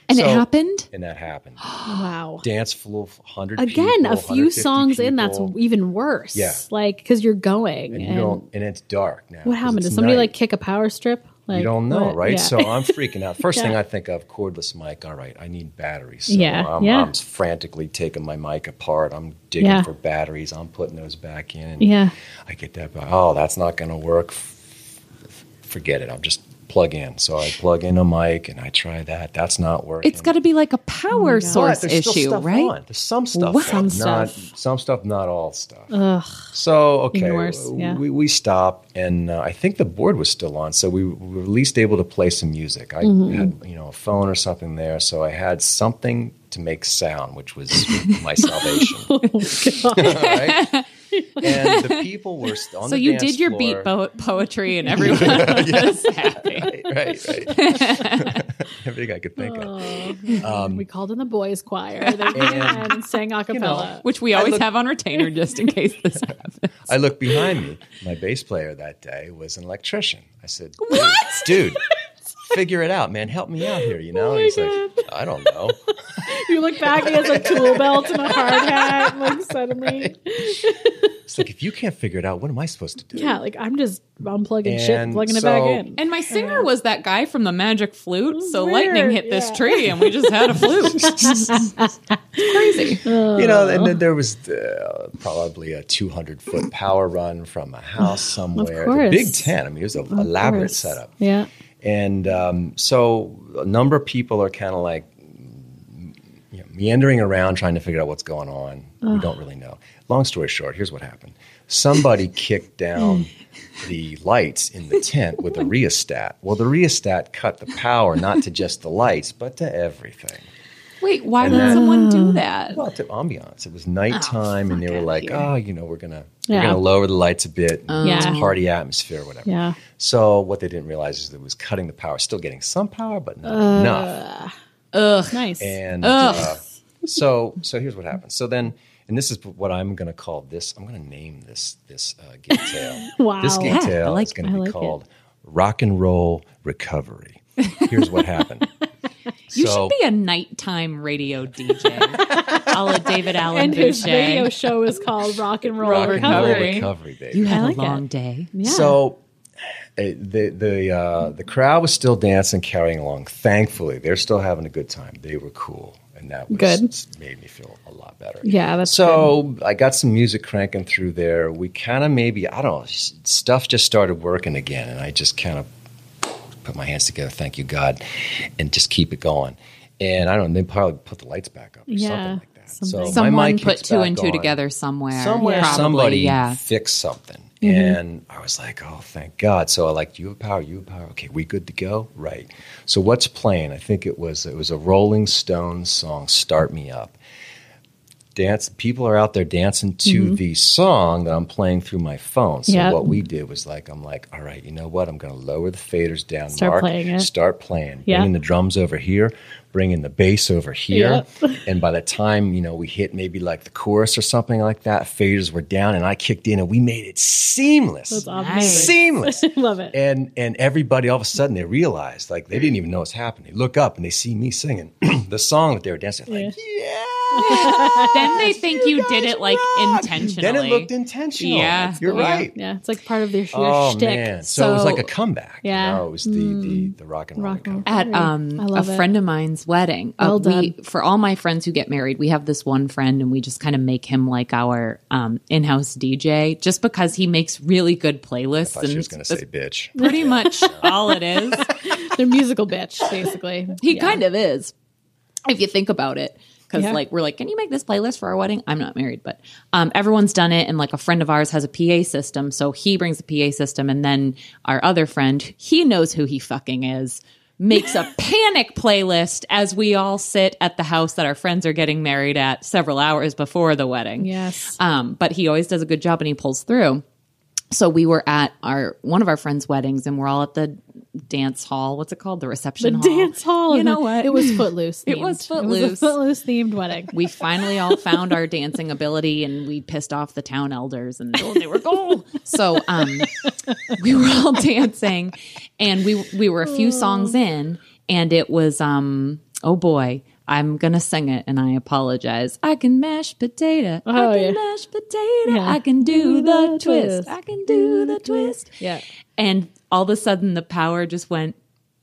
Speaker 3: And it
Speaker 2: So-
Speaker 3: happened?
Speaker 2: And that happened.
Speaker 1: wow
Speaker 2: Dance full of 100
Speaker 1: again
Speaker 2: people,
Speaker 1: a few
Speaker 2: 150
Speaker 1: songs in that's
Speaker 2: people,
Speaker 1: even worse
Speaker 2: Yeah.
Speaker 1: like because you're going
Speaker 2: and
Speaker 1: and,
Speaker 2: you don't and it's dark now.
Speaker 1: what
Speaker 2: 'cause
Speaker 1: happened
Speaker 2: it's
Speaker 1: did somebody
Speaker 2: night.
Speaker 1: like kick a power strip like
Speaker 2: you don't know,
Speaker 1: what?
Speaker 2: right?
Speaker 1: Yeah.
Speaker 2: So I'm freaking out. First thing
Speaker 1: Yeah.
Speaker 2: I think of, cordless mic. All right, I need batteries. So
Speaker 1: Yeah,
Speaker 2: I'm,
Speaker 1: yeah.
Speaker 2: I'm frantically taking my mic apart. I'm digging
Speaker 1: Yeah.
Speaker 2: for batteries. I'm putting those back in.
Speaker 1: yeah
Speaker 2: I get that. back. Oh, that's not going to work. F- f- Forget it. I'll just plug in. So I plug in a mic and I try that. That's not working.
Speaker 3: It's got to be like a power source
Speaker 2: But there's still
Speaker 3: issue,
Speaker 2: stuff
Speaker 3: right?
Speaker 2: on. There's some stuff.
Speaker 3: What?
Speaker 2: on,
Speaker 1: Some
Speaker 2: not,
Speaker 1: stuff.
Speaker 2: Some stuff. Not all stuff. So okay,
Speaker 1: Even worse,
Speaker 2: w-
Speaker 1: yeah.
Speaker 2: we we stop, and uh, I think the board was still on, so we were at least able to play some music. I
Speaker 3: Mm-hmm.
Speaker 2: had you know a phone or something there, so I had
Speaker 3: Oh,
Speaker 2: something to make sound, which was my salvation. All right? and the people were st- on
Speaker 3: so
Speaker 2: the
Speaker 3: you
Speaker 2: dance
Speaker 3: did your
Speaker 2: floor-
Speaker 3: beat po- poetry, and everyone was happy.
Speaker 2: right, right. Everything I could think of.
Speaker 1: we called in the boys choir. They came
Speaker 2: um, And,
Speaker 1: in and sang a cappella.
Speaker 3: Which we always
Speaker 2: look-
Speaker 3: have on retainer just in case this happens.
Speaker 2: I look behind me. My bass player that day was an electrician. I said, "What, dude? figure it out, man. Help me out here." You know?
Speaker 1: Oh my
Speaker 2: he's
Speaker 1: God.
Speaker 2: like, "I don't know."
Speaker 1: you look back, he has a tool belt and a hard hat. and, Like suddenly,
Speaker 2: It's like if you can't figure it out, what am I supposed to do?
Speaker 1: yeah, like I'm just unplugging shit,
Speaker 2: And
Speaker 1: plugging it
Speaker 2: so-
Speaker 1: back in.
Speaker 3: And my singer was that guy from the magic flute. So
Speaker 1: Mm. Weird,
Speaker 3: lightning hit this
Speaker 1: yeah.
Speaker 3: tree and we just had a flute. it's crazy.
Speaker 2: You know, and
Speaker 1: Oh.
Speaker 2: then there was uh, probably a 200 foot power run from a house somewhere. The
Speaker 1: course.
Speaker 2: Big Ten. I mean, it was an elaborate
Speaker 1: course.
Speaker 2: setup.
Speaker 1: yeah,
Speaker 2: And um, so a number of people are kind of like you know, meandering around trying to figure out what's going on. We don't really know. Long story short, here's what happened somebody kicked down the lights in the tent with a rheostat. Well, the rheostat cut the power not to just the lights, but to everything.
Speaker 3: Wait, why
Speaker 2: And
Speaker 3: would
Speaker 2: that-
Speaker 3: someone do that?
Speaker 2: Well, to ambiance. It was nighttime, and they were
Speaker 3: outta
Speaker 2: like,
Speaker 3: here.
Speaker 2: "Oh, you know, we're gonna
Speaker 1: Yeah.
Speaker 2: we're gonna lower the lights a bit. and
Speaker 1: Yeah.
Speaker 2: It's a party atmosphere, whatever."
Speaker 1: yeah.
Speaker 2: So what they didn't realize is that it was cutting the power, still getting some power, but not enough.
Speaker 1: Nice.
Speaker 2: And uh, so so here's what happened. So then, and this is what I'm going to call this. I'm going to name this this uh, gig tale.
Speaker 1: Wow.
Speaker 2: This gig
Speaker 1: Yeah,
Speaker 2: tale
Speaker 3: I like-
Speaker 2: is going
Speaker 1: I
Speaker 2: to be
Speaker 1: like it.
Speaker 2: called Rock and Roll Recovery. Here's what happened.
Speaker 3: You
Speaker 2: so,
Speaker 3: should be a nighttime radio DJ. a la David Allen
Speaker 1: and his
Speaker 3: Boucher.
Speaker 1: radio show is called Rock and Roll
Speaker 2: rock and roll
Speaker 1: Recovery.
Speaker 3: Recovery.
Speaker 2: recovery, baby.
Speaker 3: You had
Speaker 1: I like
Speaker 3: a long
Speaker 1: it.
Speaker 3: day.
Speaker 1: Yeah.
Speaker 2: So uh, the the uh, the crowd was still dancing, carrying along. Thankfully, they're still having a good time. They were cool, and that was,
Speaker 1: Good.
Speaker 2: s- made me feel a lot better.
Speaker 1: Yeah, that's
Speaker 2: so. I got some music cranking through there. We kind of maybe I don't know s- stuff just started working again, and I just kind of put my hands together. Thank you, God, and just keep it going. And I don't. know, They probably put the lights back up or
Speaker 1: Yeah,
Speaker 2: something like that.
Speaker 1: something.
Speaker 2: So my
Speaker 3: Someone
Speaker 2: mic
Speaker 3: put
Speaker 2: kicks
Speaker 3: two
Speaker 2: back
Speaker 3: and two
Speaker 2: on
Speaker 3: together somewhere.
Speaker 2: somewhere
Speaker 1: Yeah. Mm-hmm.
Speaker 3: Probably,
Speaker 2: somebody
Speaker 3: Yeah.
Speaker 2: fix something and i was like oh thank god so i like you have power you have power okay we good to go right so what's playing i think it was it was a rolling stones song start me up dance people are out there dancing to the song that i'm playing through my phone so
Speaker 1: Mm-hmm. Yep.
Speaker 2: what we did was like i'm like all right you know what i'm going to lower the faders down
Speaker 1: Start
Speaker 2: mark
Speaker 1: playing it.
Speaker 2: start playing
Speaker 1: Yeah.
Speaker 2: bringing the drums over here bringing the bass over here and by the time you know we hit maybe like the chorus or something like that faders were down and i kicked in and we made it seamless
Speaker 1: That's
Speaker 3: Nice.
Speaker 1: amazing.
Speaker 2: seamless
Speaker 1: Love it.
Speaker 2: and and everybody all of a sudden they realized like they didn't even know what's happening they look up and they see me singing the song that they were dancing like yeah,
Speaker 3: then they think you, did it like intentionally.
Speaker 2: then it looked intentional
Speaker 3: Yeah.
Speaker 2: you're
Speaker 3: Yeah.
Speaker 2: right
Speaker 1: yeah, it's like part of their, your
Speaker 2: oh
Speaker 1: shtick.
Speaker 2: man so, it was
Speaker 3: So-
Speaker 2: like a comeback you
Speaker 1: Yeah. Mm.
Speaker 2: know? it was the the, the rock and roll
Speaker 1: Rock and roll.
Speaker 2: comeback.
Speaker 3: at
Speaker 1: Great.
Speaker 3: um,
Speaker 1: I
Speaker 3: a
Speaker 1: love it.
Speaker 3: friend of mine's wedding. Uh,
Speaker 1: Well
Speaker 3: we,
Speaker 1: done.
Speaker 3: for all my friends who get married, we have this one friend and we just kind of make him like our um, in house DJ just because he makes really good playlists.
Speaker 2: I thought
Speaker 3: and
Speaker 2: she was going to
Speaker 3: that's
Speaker 2: say bitch
Speaker 3: pretty much all it is.
Speaker 1: They're musical bitch, basically.
Speaker 3: He kind of is, if you think about it. Because
Speaker 1: Yeah.
Speaker 3: like we're like, can you make this playlist for our wedding? I'm not married, but um, everyone's done it, and like a friend of ours has a PA system, so he brings the PA system, and then our other friend, he knows who he fucking is, makes a panic playlist as we all sit at the house that our friends are getting married at several hours before the wedding.
Speaker 1: Yes.
Speaker 3: Um, but he always does a good job and he pulls through. So we were at our one of our friends' weddings and we're all at the dance hall. What's it called? The
Speaker 1: the
Speaker 3: reception hall.
Speaker 1: dance hall.
Speaker 3: You know what?
Speaker 1: It was footloose.
Speaker 3: It was
Speaker 1: themed. It
Speaker 3: Footloose.
Speaker 1: was a footloose themed wedding.
Speaker 3: we finally all found our dancing ability and we pissed off the town elders and oh, they were gold. So um, we were all dancing and we we were a few songs in and it was um oh boy. I'm gonna sing it, and I apologize. I can mash potato.
Speaker 1: Oh,
Speaker 3: I can
Speaker 1: yeah.
Speaker 3: mash potato.
Speaker 1: Yeah.
Speaker 3: I can do the twist.
Speaker 1: twist.
Speaker 3: I can do the twist.
Speaker 1: Yeah.
Speaker 3: And all of a sudden, the power just went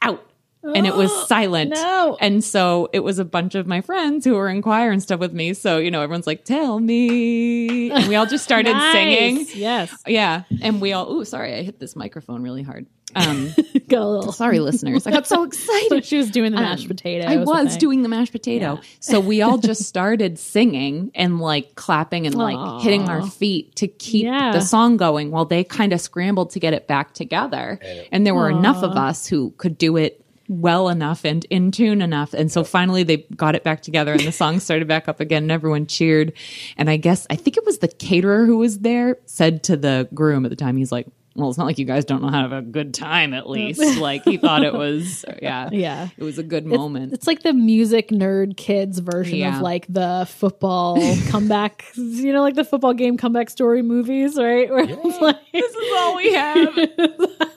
Speaker 3: out and it was silent.
Speaker 1: no.
Speaker 3: And so it was a bunch of my friends who were in choir and stuff with me. So, you know, everyone's like, tell me. And we all just started
Speaker 1: Nice.
Speaker 3: singing.
Speaker 1: Yes.
Speaker 3: Yeah. And we all, oh, sorry, I hit this microphone really hard. Um,
Speaker 1: Got a little.
Speaker 3: sorry, listeners. I got so
Speaker 1: So
Speaker 3: excited.
Speaker 1: she was doing the mashed
Speaker 3: Um,
Speaker 1: potato.
Speaker 3: I
Speaker 1: the
Speaker 3: was
Speaker 1: thing.
Speaker 3: doing the mashed potato. So we all just started singing and like clapping and like
Speaker 1: Aw.
Speaker 3: hitting our feet to keep
Speaker 1: Yeah.
Speaker 3: the song going while they kind of scrambled to get it back together. And there were enough of us who could do it well enough and in tune enough. And so finally they got it back together and the song started back up again and everyone cheered. And I guess, I think it was the caterer who was there said to the groom at the time, he's like, well, it's not like you guys don't know how to have a good time at least. like he thought it was, yeah.
Speaker 1: Yeah.
Speaker 3: It was a good moment.
Speaker 1: It's like the music nerd kids version
Speaker 3: Yeah.
Speaker 1: of like the football comeback, you know, like the football game comeback story movies, right? Where it's like,
Speaker 3: This is all we have.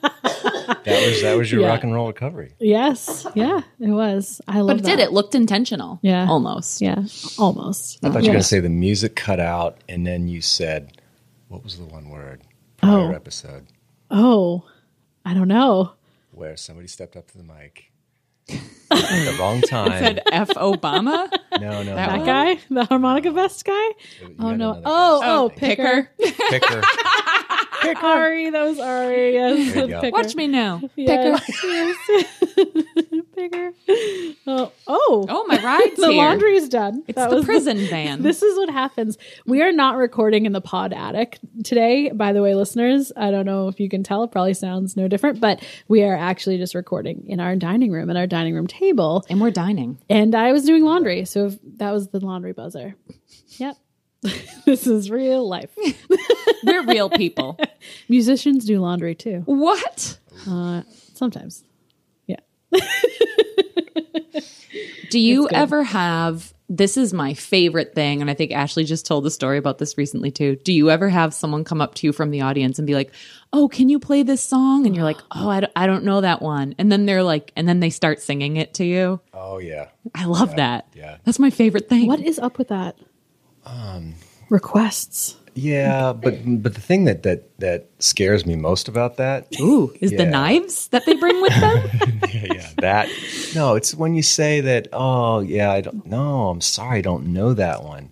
Speaker 2: That was that was your
Speaker 1: Yeah.
Speaker 2: rock and roll recovery.
Speaker 1: yes, yeah, it was. I love
Speaker 3: but it did.
Speaker 1: that.
Speaker 3: It looked intentional.
Speaker 1: Yeah.
Speaker 3: Almost.
Speaker 1: Yeah, almost.
Speaker 2: I thought you were going to say the music cut out, and then you said, "What was the one word?"
Speaker 1: Oh.
Speaker 2: Prior episode
Speaker 1: Oh, I don't know.
Speaker 2: where somebody stepped up to the mic at the wrong time.
Speaker 3: F. Obama.
Speaker 2: no, no,
Speaker 3: That
Speaker 2: no.
Speaker 1: That guy, the harmonica vest guy.
Speaker 2: You
Speaker 1: Oh
Speaker 2: had
Speaker 1: no.
Speaker 2: another
Speaker 1: Oh, oh,
Speaker 3: Um, Oh,
Speaker 1: picker.
Speaker 2: Picker.
Speaker 1: Ari, that was Ari. Yes,
Speaker 2: There you go.
Speaker 1: picker.
Speaker 3: Watch me now.
Speaker 1: Yes, yes. picker. Oh, oh,
Speaker 3: Oh, my ride's
Speaker 1: the
Speaker 3: here.
Speaker 1: laundry's done.
Speaker 3: It's the prison van.
Speaker 1: This is what happens. We are not recording in the pod attic today, by the way, listeners. I don't know if you can tell. It probably sounds no different, but we are actually just recording in our dining room, at our dining room table.
Speaker 3: and we're dining.
Speaker 1: And I was doing laundry. So if- that was the laundry buzzer. Yep. this is real life.
Speaker 3: We're real people.
Speaker 1: Musicians do laundry too,
Speaker 3: what?
Speaker 1: sometimes. Yeah.
Speaker 3: Do you ever have this is my favorite thing and I think Ashley just told a story about this recently too. Do you ever have someone come up to you from the audience and be like, "Oh, can you play this song?" and you're like, "Oh, I don't, I don't know that one." And then they're like and then they start singing it to you.
Speaker 2: Oh yeah.
Speaker 3: I love that.
Speaker 2: yeah.
Speaker 3: That's my favorite thing.
Speaker 1: What is up with that? Requests.
Speaker 2: Yeah, but but the thing that that that scares me most about that,
Speaker 3: Ooh, is the
Speaker 2: Yeah.
Speaker 3: knives that they bring with them?
Speaker 2: yeah, yeah, that. No, it's when you say that. Oh yeah, I don't. No, I'm sorry, I don't know that one.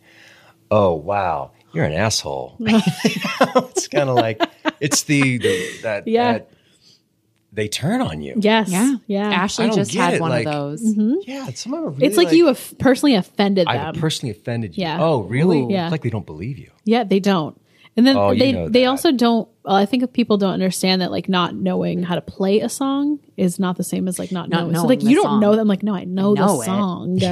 Speaker 2: Oh wow, you're an asshole. it's kind of like it's the, the that
Speaker 1: Yeah.
Speaker 2: that they turn on you.
Speaker 1: Yes.
Speaker 3: yeah. Mm-hmm.
Speaker 1: Yeah.
Speaker 2: I
Speaker 3: Ashley
Speaker 2: don't
Speaker 3: just
Speaker 2: get
Speaker 3: had
Speaker 2: it,
Speaker 3: one
Speaker 2: like-
Speaker 3: of those.
Speaker 2: Yeah, some of them. are Really
Speaker 1: Mm-hmm. It's like, you have personally offended them.
Speaker 2: I've personally offended you.
Speaker 1: Yeah.
Speaker 2: Oh really?
Speaker 1: Yeah.
Speaker 2: It's like they don't believe you.
Speaker 1: Yeah, they don't. And then
Speaker 2: Oh, you
Speaker 1: they
Speaker 2: know
Speaker 1: they
Speaker 2: that.
Speaker 1: also don't. Well, I think if people don't understand that, like not knowing how to play a song is not the same as like not,
Speaker 3: Not
Speaker 1: knowing. So
Speaker 3: knowing
Speaker 1: like
Speaker 3: the
Speaker 1: you don't
Speaker 3: song.
Speaker 1: know them. Like no, I know,
Speaker 3: know
Speaker 1: the
Speaker 3: it.
Speaker 1: song,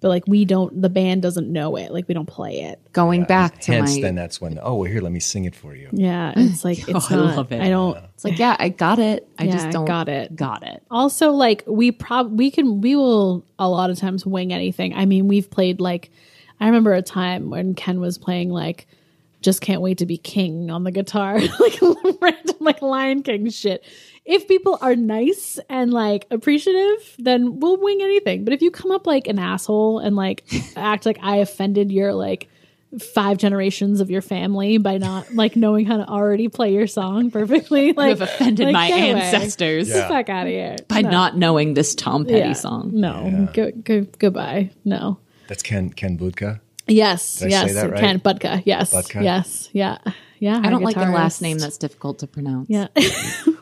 Speaker 1: but like we don't. The band doesn't know it. Like we don't play it.
Speaker 3: Going back to
Speaker 2: Hence,
Speaker 3: my
Speaker 2: then that's when. Oh well, here, let me sing it for you.
Speaker 1: Yeah, it's like it's
Speaker 3: Oh, I
Speaker 1: not,
Speaker 3: love it.
Speaker 1: I don't.
Speaker 3: It's like, yeah, I got it. I
Speaker 1: Yeah,
Speaker 3: just
Speaker 1: I
Speaker 3: don't
Speaker 1: got it.
Speaker 3: Got it.
Speaker 1: also like we prob we can we will a lot of times wing anything i mean we've played like i remember a time when ken was playing like just can't wait to be king on the guitar like random like lion king shit if people are nice and like appreciative then we'll wing anything but if you come up like an asshole and like act like i offended your like five generations of your family by not like knowing how to already play your song perfectly like
Speaker 3: I've offended
Speaker 1: like,
Speaker 3: my
Speaker 1: get away.
Speaker 3: ancestors
Speaker 1: Get the fuck out of here.
Speaker 3: by
Speaker 1: No.
Speaker 3: not knowing this Tom Petty
Speaker 1: Yeah.
Speaker 3: song.
Speaker 1: No. Go, go, goodbye. No.
Speaker 2: That's Ken Ken Budka.
Speaker 1: Yes.
Speaker 2: Did I
Speaker 1: yes.
Speaker 2: say that right?
Speaker 1: Ken Budka. Yes.
Speaker 2: Budka?
Speaker 1: Yes. Yeah. Yeah.
Speaker 3: I don't like their last
Speaker 1: guitarist.
Speaker 3: name. That's difficult to pronounce.
Speaker 1: Yeah.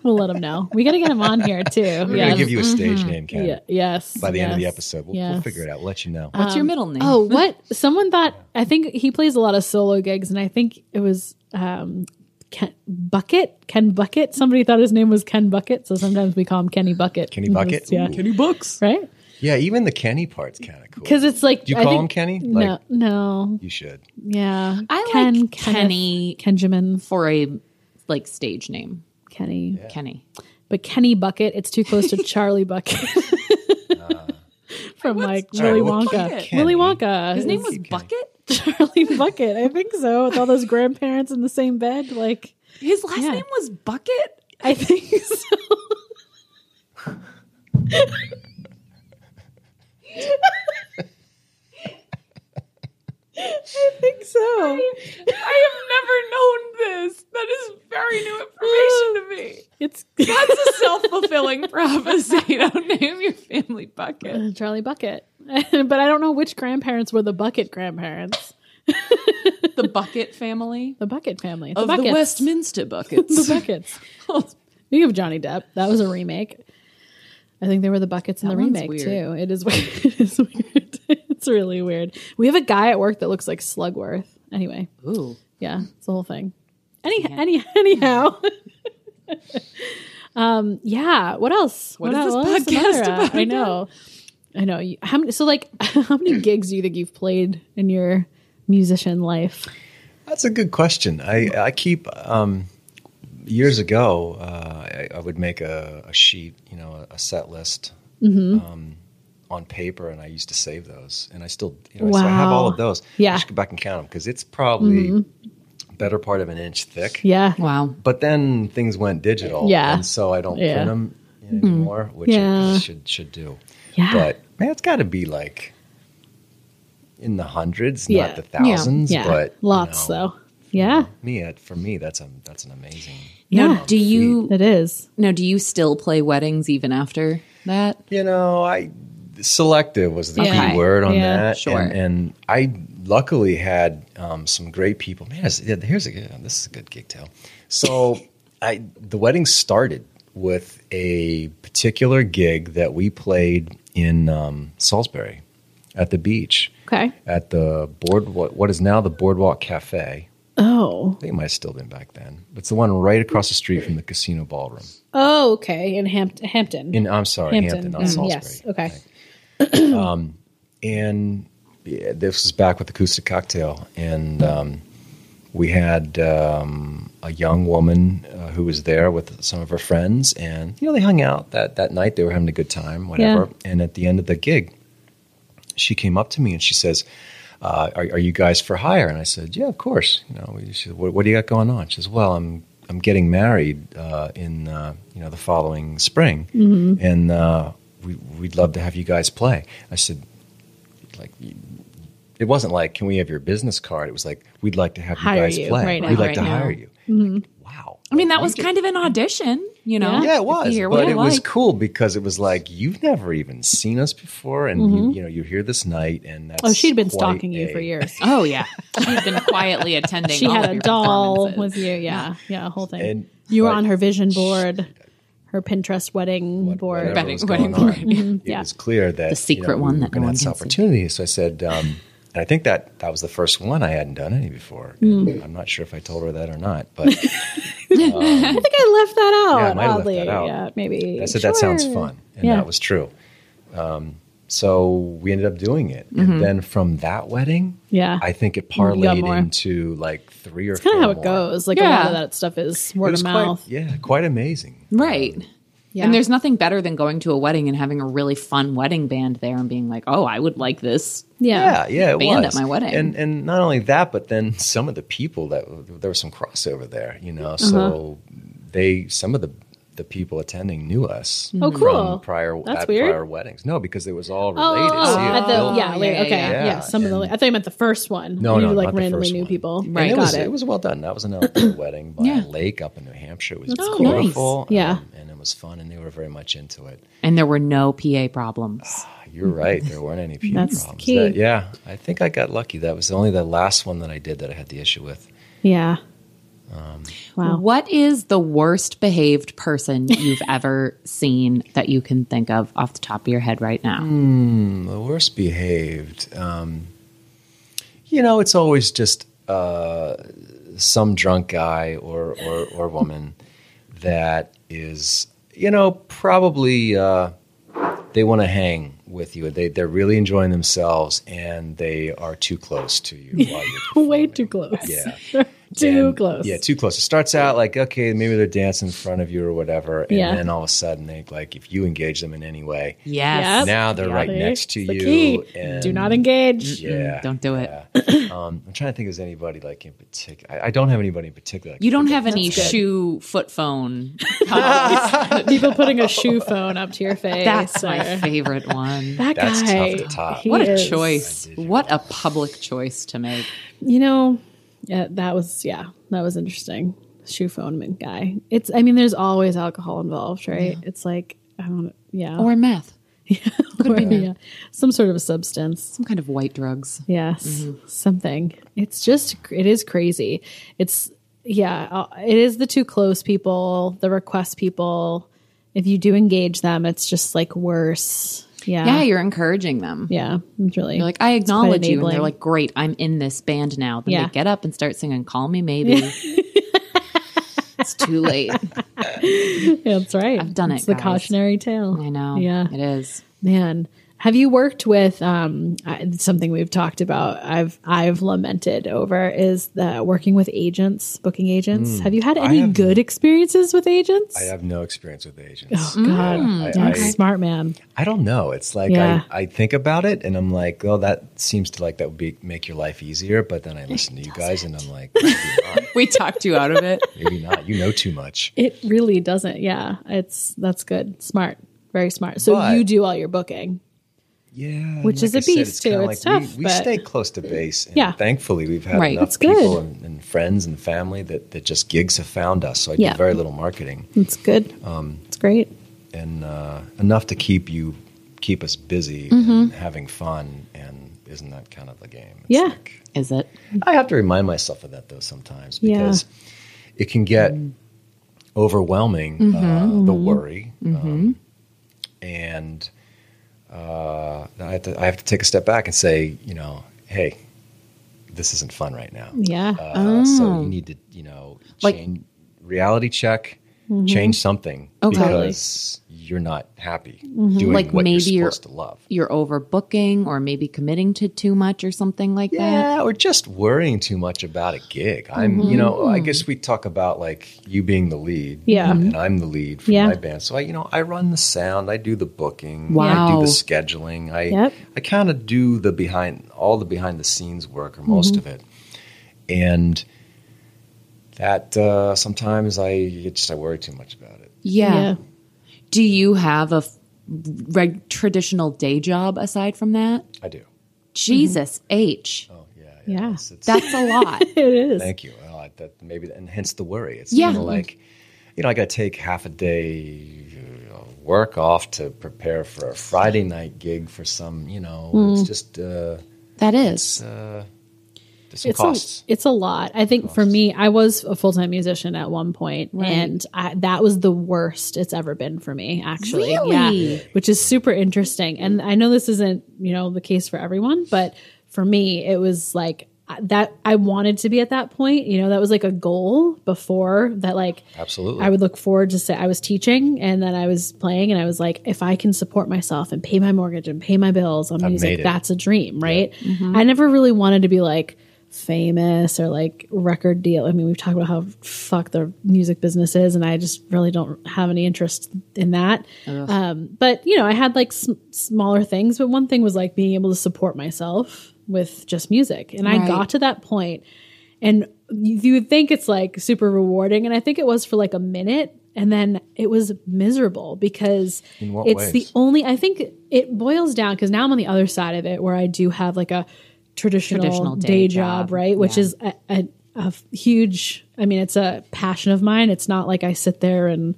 Speaker 1: we'll let him know. We got to get him on here too.
Speaker 2: We're
Speaker 1: Yes. Mm-hmm.
Speaker 2: gonna give you a stage name, Ken.
Speaker 1: yeah. Yes.
Speaker 2: By the end of the
Speaker 1: yes,
Speaker 2: episode, we'll, we'll
Speaker 1: yes.
Speaker 2: figure it out. We'll let you know.
Speaker 3: What's your middle name?
Speaker 1: Oh, what? Someone thought, I think he plays a lot of solo gigs, and I think it was um, Ken Bucket. Ken Bucket. Somebody thought his name was Ken Bucket, so sometimes we call him Kenny Bucket.
Speaker 2: Kenny Bucket?
Speaker 1: Yeah.
Speaker 2: Ooh.
Speaker 3: Kenny Books.
Speaker 1: Right?
Speaker 2: Yeah, even the Kenny part's kind of cool.
Speaker 1: Because it's like.
Speaker 2: Do you
Speaker 1: I
Speaker 2: call
Speaker 1: think-
Speaker 2: him Kenny?
Speaker 1: No,
Speaker 2: Like-
Speaker 1: no,
Speaker 2: you should.
Speaker 1: yeah.
Speaker 3: I like
Speaker 1: Kenneth,
Speaker 3: Kenny
Speaker 1: Kenjamin,
Speaker 3: for a like stage name.
Speaker 1: Kenny,
Speaker 3: Kenny.
Speaker 1: but Kenny Bucket. It's too close to Charlie Bucket from like Willy
Speaker 2: All right, we'll
Speaker 1: Wonka.
Speaker 3: keep
Speaker 2: it.
Speaker 1: Willy Wonka.
Speaker 3: His name
Speaker 1: is
Speaker 3: was Bucket.
Speaker 1: Charlie Bucket. I think so. With all those grandparents in the same bed, like
Speaker 3: His last
Speaker 1: Yeah.
Speaker 3: name was Bucket.
Speaker 1: I think so. I think so.
Speaker 3: I have never known this. That is very new information to me.
Speaker 1: It's
Speaker 3: That's a self fulfilling prophecy. Don't name your family Bucket.
Speaker 1: Uh, Charlie Bucket. but I don't know which grandparents were the Bucket grandparents.
Speaker 3: The Bucket family
Speaker 1: The Bucket family.
Speaker 3: of
Speaker 1: Buckets.
Speaker 3: the Westminster Buckets.
Speaker 1: The Buckets. Speaking of Johnny Depp, that was a remake. I think they were the Buckets in the
Speaker 3: That one's
Speaker 1: remake
Speaker 3: weird.
Speaker 1: too. It is weird. it is weird. it's really weird. We have a guy at work that looks like Slugworth. Anyway,
Speaker 3: Ooh.
Speaker 1: yeah, it's the whole thing. Any, any, anyhow. Um, yeah. What else?
Speaker 3: What is
Speaker 1: else?
Speaker 3: this
Speaker 1: else am I
Speaker 3: podcast
Speaker 1: at?
Speaker 3: about
Speaker 1: I know. I know. You- How many, so like how many gigs do you think you've played in your musician life?
Speaker 2: That's a good question. I, I keep um, years ago. Uh, I, I would make a, a sheet, you know, a, a set list
Speaker 1: Mm-hmm.
Speaker 2: um, on paper, and I used to save those, and I still, you know, so I have all
Speaker 1: Wow.
Speaker 2: of those.
Speaker 1: Yeah. Mm-hmm.
Speaker 2: I should go back and count them because it's probably better part of an inch thick.
Speaker 1: Yeah.
Speaker 3: Wow.
Speaker 2: But then things went digital,
Speaker 1: Yeah.
Speaker 2: and so I don't
Speaker 1: Yeah. Mm-hmm.
Speaker 2: print them anymore, which
Speaker 1: Yeah.
Speaker 2: I should should do.
Speaker 1: Yeah.
Speaker 2: But man, it's got to be like in the hundreds,
Speaker 1: Yeah.
Speaker 2: not the thousands.
Speaker 1: yeah.
Speaker 2: But you
Speaker 1: Lots
Speaker 2: know,
Speaker 1: though. Yeah.
Speaker 2: me uh, for me that's a that's an amazing
Speaker 1: Yeah.
Speaker 3: Now, do you
Speaker 1: It is.
Speaker 3: now do you still play weddings even after that?
Speaker 2: you know i selective was the
Speaker 1: Okay.
Speaker 2: key word on
Speaker 1: Yeah.
Speaker 2: that
Speaker 3: Sure.
Speaker 2: and, and i luckily had um, some great people man this- yeah, here's a good this is a good gig tale so i the wedding started with a particular gig that we played in um, salisbury at the beach
Speaker 1: Okay.
Speaker 2: at the board what, what is now the boardwalk cafe
Speaker 1: Oh.
Speaker 2: i think it might have still been back then it's the one right across the street from the casino ballroom
Speaker 1: Oh, okay. In Hamp- Hampton.
Speaker 2: In I'm sorry, Hampton, not
Speaker 1: Mm,
Speaker 2: Salisbury.
Speaker 1: Yes. Okay.
Speaker 2: And yeah, this was back with acoustic cocktail, and um, we had um, a young woman uh, who was there with some of her friends, and you know they hung out that that night. They were having a good time, whatever. And at the end of the gig, she came up to me and she says. Uh, are, are you guys for hire? And I said, Yeah, of course. You know, she said, what, what do you got going on? She says, Well, I'm I'm getting married uh, in uh, you know the following spring, and uh, we, we'd love to have you guys play. I said, like it wasn't like can we have your business card it was like we'd like to have you
Speaker 1: Hire
Speaker 2: guys
Speaker 1: you
Speaker 2: play
Speaker 1: right
Speaker 2: we'd
Speaker 1: now,
Speaker 2: like
Speaker 3: right
Speaker 2: to
Speaker 3: now."
Speaker 2: hire you Like, wow
Speaker 3: I mean, that was kind of an audition, you know?
Speaker 2: yeah it
Speaker 3: If
Speaker 2: was
Speaker 3: you hear what
Speaker 2: but
Speaker 3: you
Speaker 2: it was
Speaker 3: like.
Speaker 2: cool because it was like you've never even seen us before and you, you know you're here this night and that's
Speaker 1: Oh, she'd been
Speaker 2: quite
Speaker 1: stalking you for
Speaker 2: a-
Speaker 1: years.
Speaker 3: Oh yeah, she's been quietly attending.
Speaker 1: She
Speaker 3: all
Speaker 1: had
Speaker 3: of
Speaker 1: a
Speaker 3: your
Speaker 1: doll
Speaker 3: performances.
Speaker 1: with you. Yeah. Yeah. A whole thing.
Speaker 2: And-
Speaker 1: you were
Speaker 2: but-
Speaker 1: on her vision board, her Pinterest wedding board.
Speaker 2: whatever
Speaker 3: Wedding-
Speaker 2: was
Speaker 3: wedding
Speaker 2: going on,
Speaker 3: party.
Speaker 2: it
Speaker 1: yeah.
Speaker 2: was clear that
Speaker 3: The secret
Speaker 2: we
Speaker 3: one
Speaker 2: were
Speaker 3: that no
Speaker 2: gonna have
Speaker 3: one
Speaker 2: this
Speaker 3: can see.
Speaker 2: opportunity. So I said, um, and I think that that was the first one I hadn't done any before.
Speaker 1: Hmm.
Speaker 2: And I'm not sure if I told her that or not, but
Speaker 1: I think I left that out.
Speaker 2: Yeah, I might have left
Speaker 1: oddly.
Speaker 2: that out.
Speaker 1: Yeah, maybe.
Speaker 2: I said that sounds
Speaker 1: Sure.
Speaker 2: fun, and
Speaker 1: Yeah.
Speaker 2: that was true. Um, so we ended up doing it,
Speaker 3: Mm-hmm.
Speaker 2: and then from that wedding,
Speaker 1: Yeah.
Speaker 2: I think it
Speaker 1: got
Speaker 2: parlayed
Speaker 1: more.
Speaker 2: into like three or
Speaker 1: It's kind
Speaker 2: four
Speaker 1: of how it
Speaker 2: more.
Speaker 1: goes. Like a
Speaker 3: Yeah.
Speaker 1: lot of that stuff is
Speaker 2: It
Speaker 1: word
Speaker 2: was
Speaker 1: of
Speaker 2: quite-
Speaker 1: mouth.
Speaker 2: yeah, quite amazing.
Speaker 3: right?
Speaker 1: yeah.
Speaker 3: And there's nothing better than going to a wedding and having a really fun wedding band there and being like, "Oh, I would like this."
Speaker 1: yeah.
Speaker 2: Yeah, yeah, it
Speaker 3: Band
Speaker 2: was.
Speaker 3: at my wedding.
Speaker 2: and and not only that, but then some of the people that there was some crossover there, you know. So
Speaker 1: Uh-huh.
Speaker 2: they some of the the people attending knew us.
Speaker 1: Oh, cool.
Speaker 2: From prior
Speaker 1: That's
Speaker 2: at
Speaker 1: weird.
Speaker 2: prior weddings, no, because it was all
Speaker 1: Oh,
Speaker 2: related. See, it
Speaker 1: at the,
Speaker 2: built-
Speaker 1: yeah, later.
Speaker 3: yeah,
Speaker 1: okay,
Speaker 3: yeah,
Speaker 1: yeah.
Speaker 2: yeah.
Speaker 1: Some of the, I thought you meant the first one.
Speaker 2: No,
Speaker 1: you
Speaker 2: no,
Speaker 1: like
Speaker 2: not the
Speaker 1: randomly
Speaker 2: first
Speaker 1: new
Speaker 2: one.
Speaker 1: people.
Speaker 3: Right.
Speaker 2: And
Speaker 1: got
Speaker 2: it was
Speaker 1: it.
Speaker 2: it was well done. That was an outdoor wedding by
Speaker 3: Yeah.
Speaker 2: a lake up in New Hampshire. It was
Speaker 1: That's cool.
Speaker 2: beautiful,
Speaker 1: Oh, Nice. Yeah.
Speaker 2: um, and it was fun, and they were very much into it.
Speaker 3: And there were no PA problems.
Speaker 2: You're right; there weren't any
Speaker 1: Mm-hmm.
Speaker 2: people
Speaker 1: That's the
Speaker 2: problems.
Speaker 1: key.
Speaker 2: That- yeah, I think I got lucky. That was only the last one that I did that I had the issue with.
Speaker 1: yeah.
Speaker 2: Um,
Speaker 1: wow.
Speaker 3: What is the worst behaved person you've ever seen that you can think of off the top of your head right now?
Speaker 2: The worst behaved. Um, you know, it's always just uh, some drunk guy or, or, or woman that is, you know, probably uh, they want to hang with you. They, they're really enjoying themselves and they are too close to you while you're
Speaker 1: Way too close.
Speaker 2: Yeah.
Speaker 1: too
Speaker 2: and-
Speaker 1: close.
Speaker 2: Yeah, too close. It starts out like, okay, maybe they're dancing in front of you or whatever. And
Speaker 1: Yeah.
Speaker 2: then all of a sudden, they like, if you engage them in any way,
Speaker 1: Yep.
Speaker 3: Yes.
Speaker 2: now they're right
Speaker 1: There's
Speaker 2: next to
Speaker 1: the
Speaker 2: you.
Speaker 1: key.
Speaker 2: And
Speaker 1: Do not engage.
Speaker 2: yeah.
Speaker 3: Mm, Don't do it.
Speaker 2: Yeah. um, I'm trying to think of anybody like in particular. I, I don't have anybody in particular. I
Speaker 3: You
Speaker 2: can
Speaker 3: don't
Speaker 2: think
Speaker 3: have any
Speaker 1: good.
Speaker 3: shoe foot phone.
Speaker 1: People putting a shoe phone up to your face.
Speaker 3: That's
Speaker 1: or-
Speaker 3: my favorite one.
Speaker 1: That
Speaker 2: That's tough
Speaker 1: guy.
Speaker 2: to top.
Speaker 1: he
Speaker 3: What a
Speaker 1: is-
Speaker 3: choice. What a public choice to make.
Speaker 1: You know, yeah, that was yeah, that was interesting. Shoe phone man guy. It's I mean, there's always alcohol involved, right? It's like I don't yeah,
Speaker 3: Or meth.
Speaker 1: Or, yeah, some sort of a substance.
Speaker 3: Some kind of white drugs.
Speaker 1: Yes,
Speaker 3: Mm-hmm.
Speaker 1: something. It's just it is crazy. It's yeah, uh, it is the too close people, the request people. If you do engage them, it's just like worse. Yeah,
Speaker 3: Yeah, you're encouraging them.
Speaker 1: yeah, it's really
Speaker 3: You're like, I acknowledge you. And
Speaker 1: enabling.
Speaker 3: they're like, great, I'm in this band now. Then
Speaker 1: Yeah.
Speaker 3: they get up and start singing, Call Me Maybe. It's too late.
Speaker 1: That's right. I've
Speaker 3: done
Speaker 1: It's
Speaker 3: it,
Speaker 1: the
Speaker 3: guys.
Speaker 1: cautionary tale.
Speaker 3: I know.
Speaker 1: Yeah.
Speaker 3: It is.
Speaker 1: Man, have you worked with um, I- something we've talked about? I've I've lamented over is the working with agents, booking agents. have you had any
Speaker 2: Hmm. have-
Speaker 1: good experiences with agents?
Speaker 2: I have no experience with agents.
Speaker 1: Oh, God.
Speaker 2: Yeah, I,
Speaker 1: Yeah, smart man.
Speaker 2: I, I don't know. It's like
Speaker 1: Yeah.
Speaker 2: I, I think about it and I'm like, oh, that seems to like that would be, make your life easier. But then I listen to you guys and I'm like, maybe not.
Speaker 3: We talked you out of it.
Speaker 2: Maybe not. You know too much.
Speaker 1: It really doesn't. Yeah, it's that's good. Smart, very smart. So
Speaker 2: But-
Speaker 1: you do all your booking.
Speaker 2: Yeah,
Speaker 1: Which is
Speaker 2: and
Speaker 1: a
Speaker 2: I
Speaker 1: beast, too.
Speaker 2: kinda
Speaker 1: It's tough,
Speaker 2: We, we
Speaker 1: but-
Speaker 2: stay close to base. And
Speaker 1: Yeah.
Speaker 2: thankfully we've had
Speaker 3: Right.
Speaker 2: enough
Speaker 1: That's good.
Speaker 2: people and, and friends and family that, that just gigs have found us. So I
Speaker 1: Yeah.
Speaker 2: do very little marketing
Speaker 1: It's good.
Speaker 2: Um,
Speaker 1: it's great.
Speaker 2: and uh, enough to keep you keep us busy
Speaker 1: Mm-hmm.
Speaker 2: and having fun. And isn't that kind of the game? It's
Speaker 1: Yeah.
Speaker 2: like-
Speaker 3: Is it?
Speaker 2: I have to remind myself of that though sometimes
Speaker 1: Yeah.
Speaker 2: because it can get overwhelming
Speaker 1: Mm-hmm.
Speaker 2: uh, the worry um, and uh, I, have to, I have to take a step back and say you know hey this isn't fun right now
Speaker 1: Yeah.
Speaker 2: uh, so you need to you know
Speaker 3: Oh. Like- Mm-hmm.
Speaker 2: change reality check change something
Speaker 3: Okay. Mm-hmm.
Speaker 2: because you're not happy doing
Speaker 3: Like,
Speaker 2: what
Speaker 3: maybe
Speaker 2: you're
Speaker 3: you're-
Speaker 2: supposed to love
Speaker 3: You're overbooking or maybe committing to too much or something like that.
Speaker 2: Yeah, or just worrying too much about a gig. I'm, you know, I guess we talk about like you being the lead.
Speaker 1: Mm-hmm. Yeah. Mm-hmm.
Speaker 2: And I'm the lead for
Speaker 1: Yeah.
Speaker 2: my band. So I, you know, I run the sound, I do the booking, I
Speaker 3: Wow.
Speaker 2: do the scheduling. I
Speaker 1: Yep.
Speaker 2: I kind of do the behind all the behind the scenes work or
Speaker 1: Mm-hmm.
Speaker 2: most of it. And that uh, sometimes I it's just I worry too much about it.
Speaker 3: Yeah.
Speaker 1: Yeah.
Speaker 3: Do you have a f- reg- traditional day job aside from that?
Speaker 2: I do.
Speaker 3: Jesus H.
Speaker 2: Oh yeah.
Speaker 1: Yeah.
Speaker 2: It's, it's-
Speaker 3: That's a lot.
Speaker 1: It is.
Speaker 2: Thank you. Well, I, that maybe, and hence the worry. It's
Speaker 3: Yeah.
Speaker 2: kind of like, you know, I got to take half a day uh, work off to prepare for a Friday night gig for some. You know,
Speaker 1: Mm.
Speaker 2: it's just uh,
Speaker 3: that is.
Speaker 2: there's some
Speaker 1: it's
Speaker 2: costs.
Speaker 1: A, it's a lot. I think for me, I was a full time musician at one point, and I, that was the worst it's ever been for me. Actually,
Speaker 3: Really?
Speaker 1: yeah, which is super interesting. And I know this isn't you know the case for everyone, but for me, it was like I- that. I wanted to be at that point. You know, that was like a goal before that. Like
Speaker 2: Absolutely.
Speaker 1: I would look forward to say I was teaching and then I was playing and I was like, if I can support myself and pay my mortgage and pay my bills on
Speaker 2: made
Speaker 1: music,
Speaker 2: it.
Speaker 1: that's a dream, right? I never really wanted to be like famous or like record deal. I mean, we've talked about how fuck the music business is, and I just really don't have any interest in that. Um, but you know, I had like sm- smaller things, but one thing was like being able to support myself with just music, and I
Speaker 3: Right.
Speaker 1: got to that point and you you would think it's like super rewarding and i think it was for like a minute and then it was miserable because
Speaker 2: In what
Speaker 1: it's the
Speaker 2: ways?
Speaker 1: only i think it boils down because now i'm on the other side of it where i do have like a traditional,
Speaker 3: Traditional
Speaker 1: day,
Speaker 3: day
Speaker 1: job,
Speaker 3: job,
Speaker 1: right which
Speaker 3: yeah.
Speaker 1: is a, a, a f- huge i mean it's a passion of mine it's not like i sit there and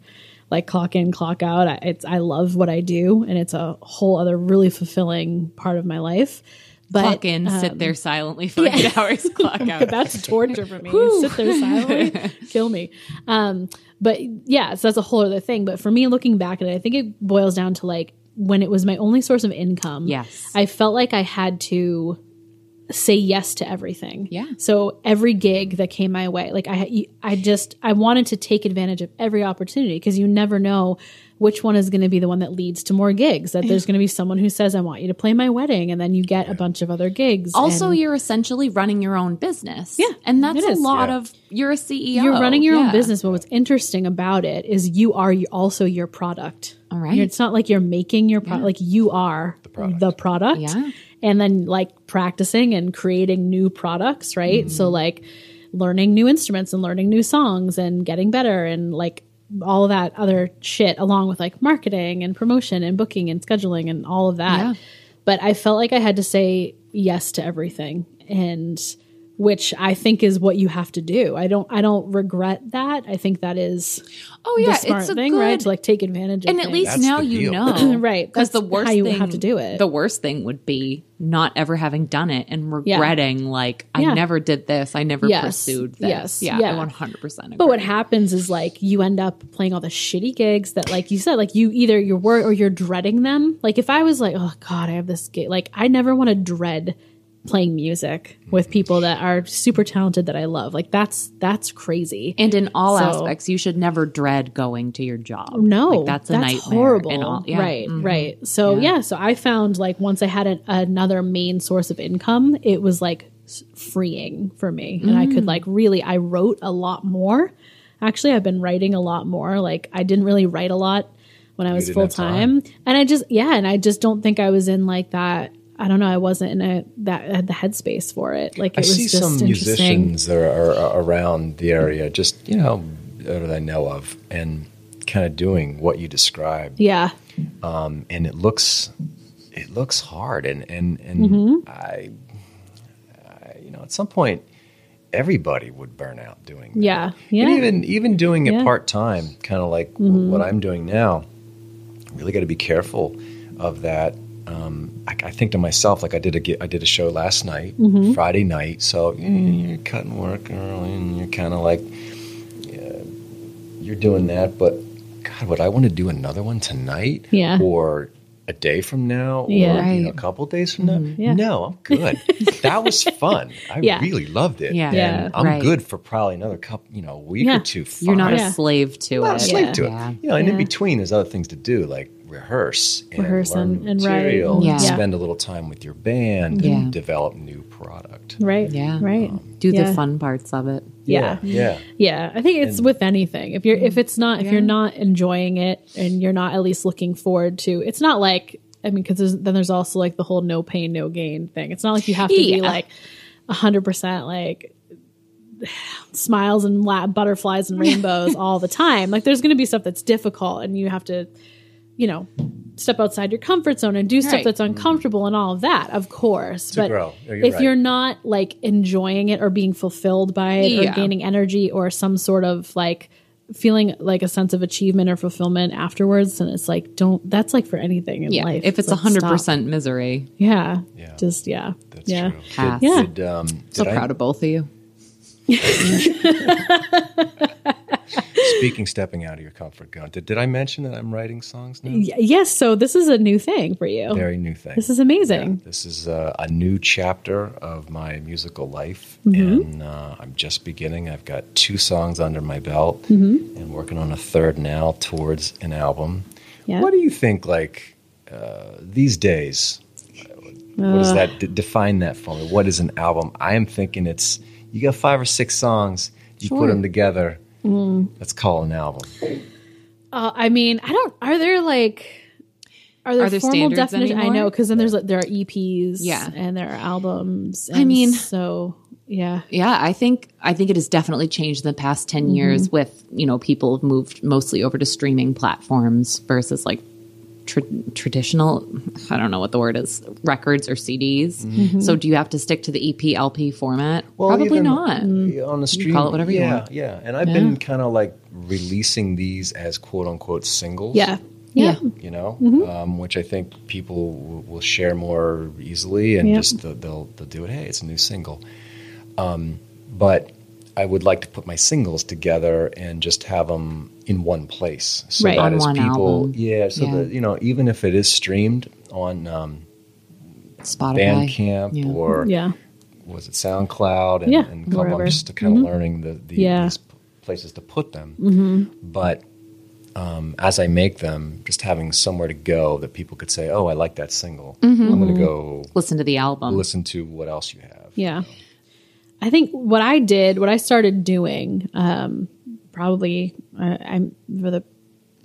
Speaker 1: like clock in clock out I, it's i love what i do and it's a whole other really fulfilling part of my life but
Speaker 3: Clock in, sit there silently for eight hours, clock out.
Speaker 1: that's torture for me. Sit there silently, kill me. Um, but yeah, so that's a whole other thing. But for me, looking back at it, I think it boils down to like when it was my only source of income.
Speaker 3: Yes.
Speaker 1: I felt like I had to say yes to everything.
Speaker 3: Yeah.
Speaker 1: So every gig that came my way, like I, I just I wanted to take advantage of every opportunity because you never know which one is going to be the one that leads to more gigs. That there's going to be someone who says, "I want you to play my wedding," and then you get a bunch of other gigs.
Speaker 3: Also,
Speaker 1: and-
Speaker 3: you're essentially running your own business. Yeah. And that's
Speaker 1: it
Speaker 3: a
Speaker 1: is.
Speaker 3: lot
Speaker 2: Yeah.
Speaker 3: of, you're a CEO.
Speaker 1: You're running your own
Speaker 3: E Yeah.
Speaker 1: business, but what's interesting about it is you are y- also your product.
Speaker 3: All
Speaker 1: You're-
Speaker 3: right.
Speaker 1: it's not like you're making your product; like you are the
Speaker 2: product.
Speaker 1: product.
Speaker 3: Yeah.
Speaker 1: and then like practicing and creating new products, right?
Speaker 3: Mm-hmm.
Speaker 1: So like learning new instruments and learning new songs and getting better and like all of that other shit, along with like marketing and promotion and booking and scheduling and all of that.
Speaker 3: Yeah.
Speaker 1: But I felt like I had to say yes to everything and which I think is what you have to do. I don't I don't regret that. I think that is
Speaker 3: Oh, yeah.
Speaker 1: the smart
Speaker 3: it's a
Speaker 1: thing,
Speaker 3: good,
Speaker 1: right? To like take advantage of
Speaker 3: and at
Speaker 1: things.
Speaker 3: least
Speaker 2: That's
Speaker 3: now
Speaker 2: the
Speaker 3: you
Speaker 2: deal.
Speaker 3: know.
Speaker 1: Right.
Speaker 3: Because the
Speaker 1: That's
Speaker 3: worst
Speaker 1: how you
Speaker 3: thing,
Speaker 1: have to do it.
Speaker 3: The worst thing would be not ever having done it and
Speaker 1: Yeah.
Speaker 3: regretting, like, I
Speaker 1: Yeah.
Speaker 3: never did this. I never
Speaker 1: Yes.
Speaker 3: pursued this.
Speaker 1: Yes.
Speaker 3: Yeah.
Speaker 1: Yeah.
Speaker 3: I 100% agree.
Speaker 1: But what happens is like you end up playing all the shitty gigs that, like you said, like you either you're worried or you're dreading them. Like if I was like, oh god, I have this gig, like I never want to dread playing music with people that are super talented that I love. Like that's that's crazy.
Speaker 3: And in all
Speaker 1: So- Oh,
Speaker 3: aspects, you should never dread going to your job.
Speaker 1: no,
Speaker 3: Like, that's a nightmare.
Speaker 1: horrible.
Speaker 3: in all- yeah.
Speaker 1: Right,
Speaker 3: Mhm.
Speaker 1: right. So yeah.
Speaker 3: Yeah.
Speaker 1: so I found like once I had an, another main source of income, it was like s- freeing for me, and I
Speaker 3: Mm.
Speaker 1: could like really. I wrote a lot more. Actually, I've been writing a lot more. Like I didn't really write a lot when I was
Speaker 2: didn't
Speaker 1: full
Speaker 2: have
Speaker 1: time, and I just yeah, and I just don't think I was in like that. I don't know. I wasn't in a that had the headspace for it. Like it
Speaker 2: I
Speaker 1: was
Speaker 2: see
Speaker 1: just
Speaker 2: some
Speaker 1: interesting.
Speaker 2: musicians that are, are around the area, just you know that I know of, and kind of doing what you described,
Speaker 1: Yeah,
Speaker 2: um, and it looks it looks hard, and and and I, I, you know, at some point, everybody would burn out doing that.
Speaker 1: yeah, yeah.
Speaker 2: And even even doing it
Speaker 1: Yeah. Mm-hmm.
Speaker 2: part time, kind of like w- what I'm doing now, really got to be careful of that. Um, I, I think to myself, like I did a ge- I did a show last night,
Speaker 1: Mm-hmm.
Speaker 2: Friday night. So mm, you're cutting work early, and you're kind of like yeah, you're doing that. But God, would I want to do another one tonight?
Speaker 1: Yeah.
Speaker 2: Or a day from now, or
Speaker 1: Yeah. Mm-hmm.
Speaker 2: you know, a
Speaker 3: Right.
Speaker 2: couple days from now.
Speaker 1: Yeah.
Speaker 2: No, I'm good. that was fun. I
Speaker 1: Yeah.
Speaker 2: really loved it.
Speaker 3: Yeah.
Speaker 2: And
Speaker 1: Yeah.
Speaker 2: I'm
Speaker 3: Uh, Right.
Speaker 2: good for probably another couple, you know, week
Speaker 1: Yeah.
Speaker 2: or two. Fine.
Speaker 3: You're not
Speaker 1: Yeah.
Speaker 3: a slave to
Speaker 2: I'm not
Speaker 3: it.
Speaker 2: a slave
Speaker 1: Yeah.
Speaker 2: to it.
Speaker 3: Yeah.
Speaker 2: You know, and in
Speaker 1: Yeah.
Speaker 2: between, there's other things to do like rehearse and
Speaker 1: Rehearse
Speaker 2: learn
Speaker 1: and-
Speaker 2: new
Speaker 1: and write.
Speaker 2: material and
Speaker 3: Yeah.
Speaker 2: spend a little time with your band
Speaker 3: Yeah.
Speaker 2: and develop new product.
Speaker 1: right.
Speaker 3: Yeah.
Speaker 1: right.
Speaker 2: Oh.
Speaker 3: Do
Speaker 1: yeah.
Speaker 3: the fun parts of it.
Speaker 1: Yeah.
Speaker 2: Yeah.
Speaker 1: Yeah, I think it's with anything. If you're if it's not if you're
Speaker 3: Yeah.
Speaker 1: not enjoying it and you're not at least looking forward to, it's not like I mean because then there's also like the whole no pain no gain thing. It's not like you have to be
Speaker 3: Yeah.
Speaker 1: like hundred percent like smiles and la- butterflies and rainbows all the time. Like there's going to be stuff that's difficult and you have to, you know, step outside your comfort zone and do stuff
Speaker 3: Right.
Speaker 1: that's uncomfortable and all of that, of course. but
Speaker 2: grow. Yeah, you're
Speaker 1: if
Speaker 2: right.
Speaker 1: you're not like enjoying it or being fulfilled by it or
Speaker 3: Yeah.
Speaker 1: gaining energy or some sort of like feeling like a sense of achievement or fulfillment afterwards, then it's like don't. That's like for anything in
Speaker 3: Yeah.
Speaker 1: life.
Speaker 3: If it's
Speaker 1: like,
Speaker 3: hundred
Speaker 1: stop.
Speaker 3: percent misery,
Speaker 1: yeah,
Speaker 2: Yeah.
Speaker 1: just yeah,
Speaker 2: That's
Speaker 1: yeah.
Speaker 2: true.
Speaker 3: Pass.
Speaker 1: Yeah.
Speaker 2: Did, um, did
Speaker 3: so
Speaker 2: I-
Speaker 3: proud of both of you.
Speaker 2: speaking, stepping out of your comfort zone. Did, did I mention that I'm writing songs now?
Speaker 1: Y- Yes, so this is a new thing for you.
Speaker 2: Very new thing.
Speaker 1: This is amazing.
Speaker 2: This is uh, a, a new chapter of my musical life, and uh, I'm just beginning. I've got two songs under my belt, and working on a third now towards an album.
Speaker 1: Yeah.
Speaker 2: What do you think? Like uh, these days, what does that d- define that for me? What is an album? I am thinking it's you got five or six songs, you put
Speaker 3: Sure.
Speaker 2: them together. Let's call it an album.
Speaker 1: Uh, I mean, I don't. Are there like are there,
Speaker 3: Are there
Speaker 1: formal
Speaker 3: standards
Speaker 1: definitions? I
Speaker 3: anymore?
Speaker 1: know because then there's like, there are EPs,
Speaker 3: Yeah.
Speaker 1: and there are albums.
Speaker 3: I
Speaker 1: and
Speaker 3: mean-
Speaker 1: so yeah,
Speaker 3: Yeah, I think I think it has definitely changed in the past 10
Speaker 1: Mm-hmm.
Speaker 3: years with, you know, people have moved mostly over to streaming platforms versus like tra- traditional, I don't know what the word is, records or CDs.
Speaker 2: Mm-hmm.
Speaker 1: Mm-hmm.
Speaker 3: So do you have to stick to the E EP LP format? Probably
Speaker 2: even
Speaker 3: not.
Speaker 1: Mm.
Speaker 2: On the stream,
Speaker 3: call it whatever you
Speaker 2: yeah,
Speaker 3: want.
Speaker 2: Yeah, and I've been kind of like releasing these as quote unquote singles.
Speaker 1: yeah,
Speaker 3: Yeah. Mm-hmm.
Speaker 2: you know, um, which I think people w- will share more easily and
Speaker 1: Yeah.
Speaker 2: just they'll, they'll they'll do it. Hey, it's a new single. Um, but I would like to put my singles together and just have them in one place, so
Speaker 1: Right.
Speaker 2: that
Speaker 1: On
Speaker 2: as
Speaker 3: one
Speaker 2: people,
Speaker 3: album.
Speaker 2: yeah, so
Speaker 3: Yeah.
Speaker 2: that you know, even if it is streamed on um,
Speaker 3: Spotify.
Speaker 2: Bandcamp
Speaker 3: Yeah.
Speaker 2: or
Speaker 1: yeah.
Speaker 2: was it SoundCloud and,
Speaker 1: Yeah,
Speaker 2: and Club
Speaker 1: wherever. Mm-hmm.
Speaker 2: I'm just kind of learning the, the
Speaker 1: Yeah. Mm-hmm.
Speaker 2: these p- places to put them. But um, as I make them, just having somewhere to go that people could say, "Oh, I like that single.
Speaker 1: Mm-hmm.
Speaker 2: I'm going to go
Speaker 3: Listen to the album.
Speaker 2: listen to what else you have."
Speaker 1: Yeah. I think what I did, what I started doing, um, probably uh, I'm for the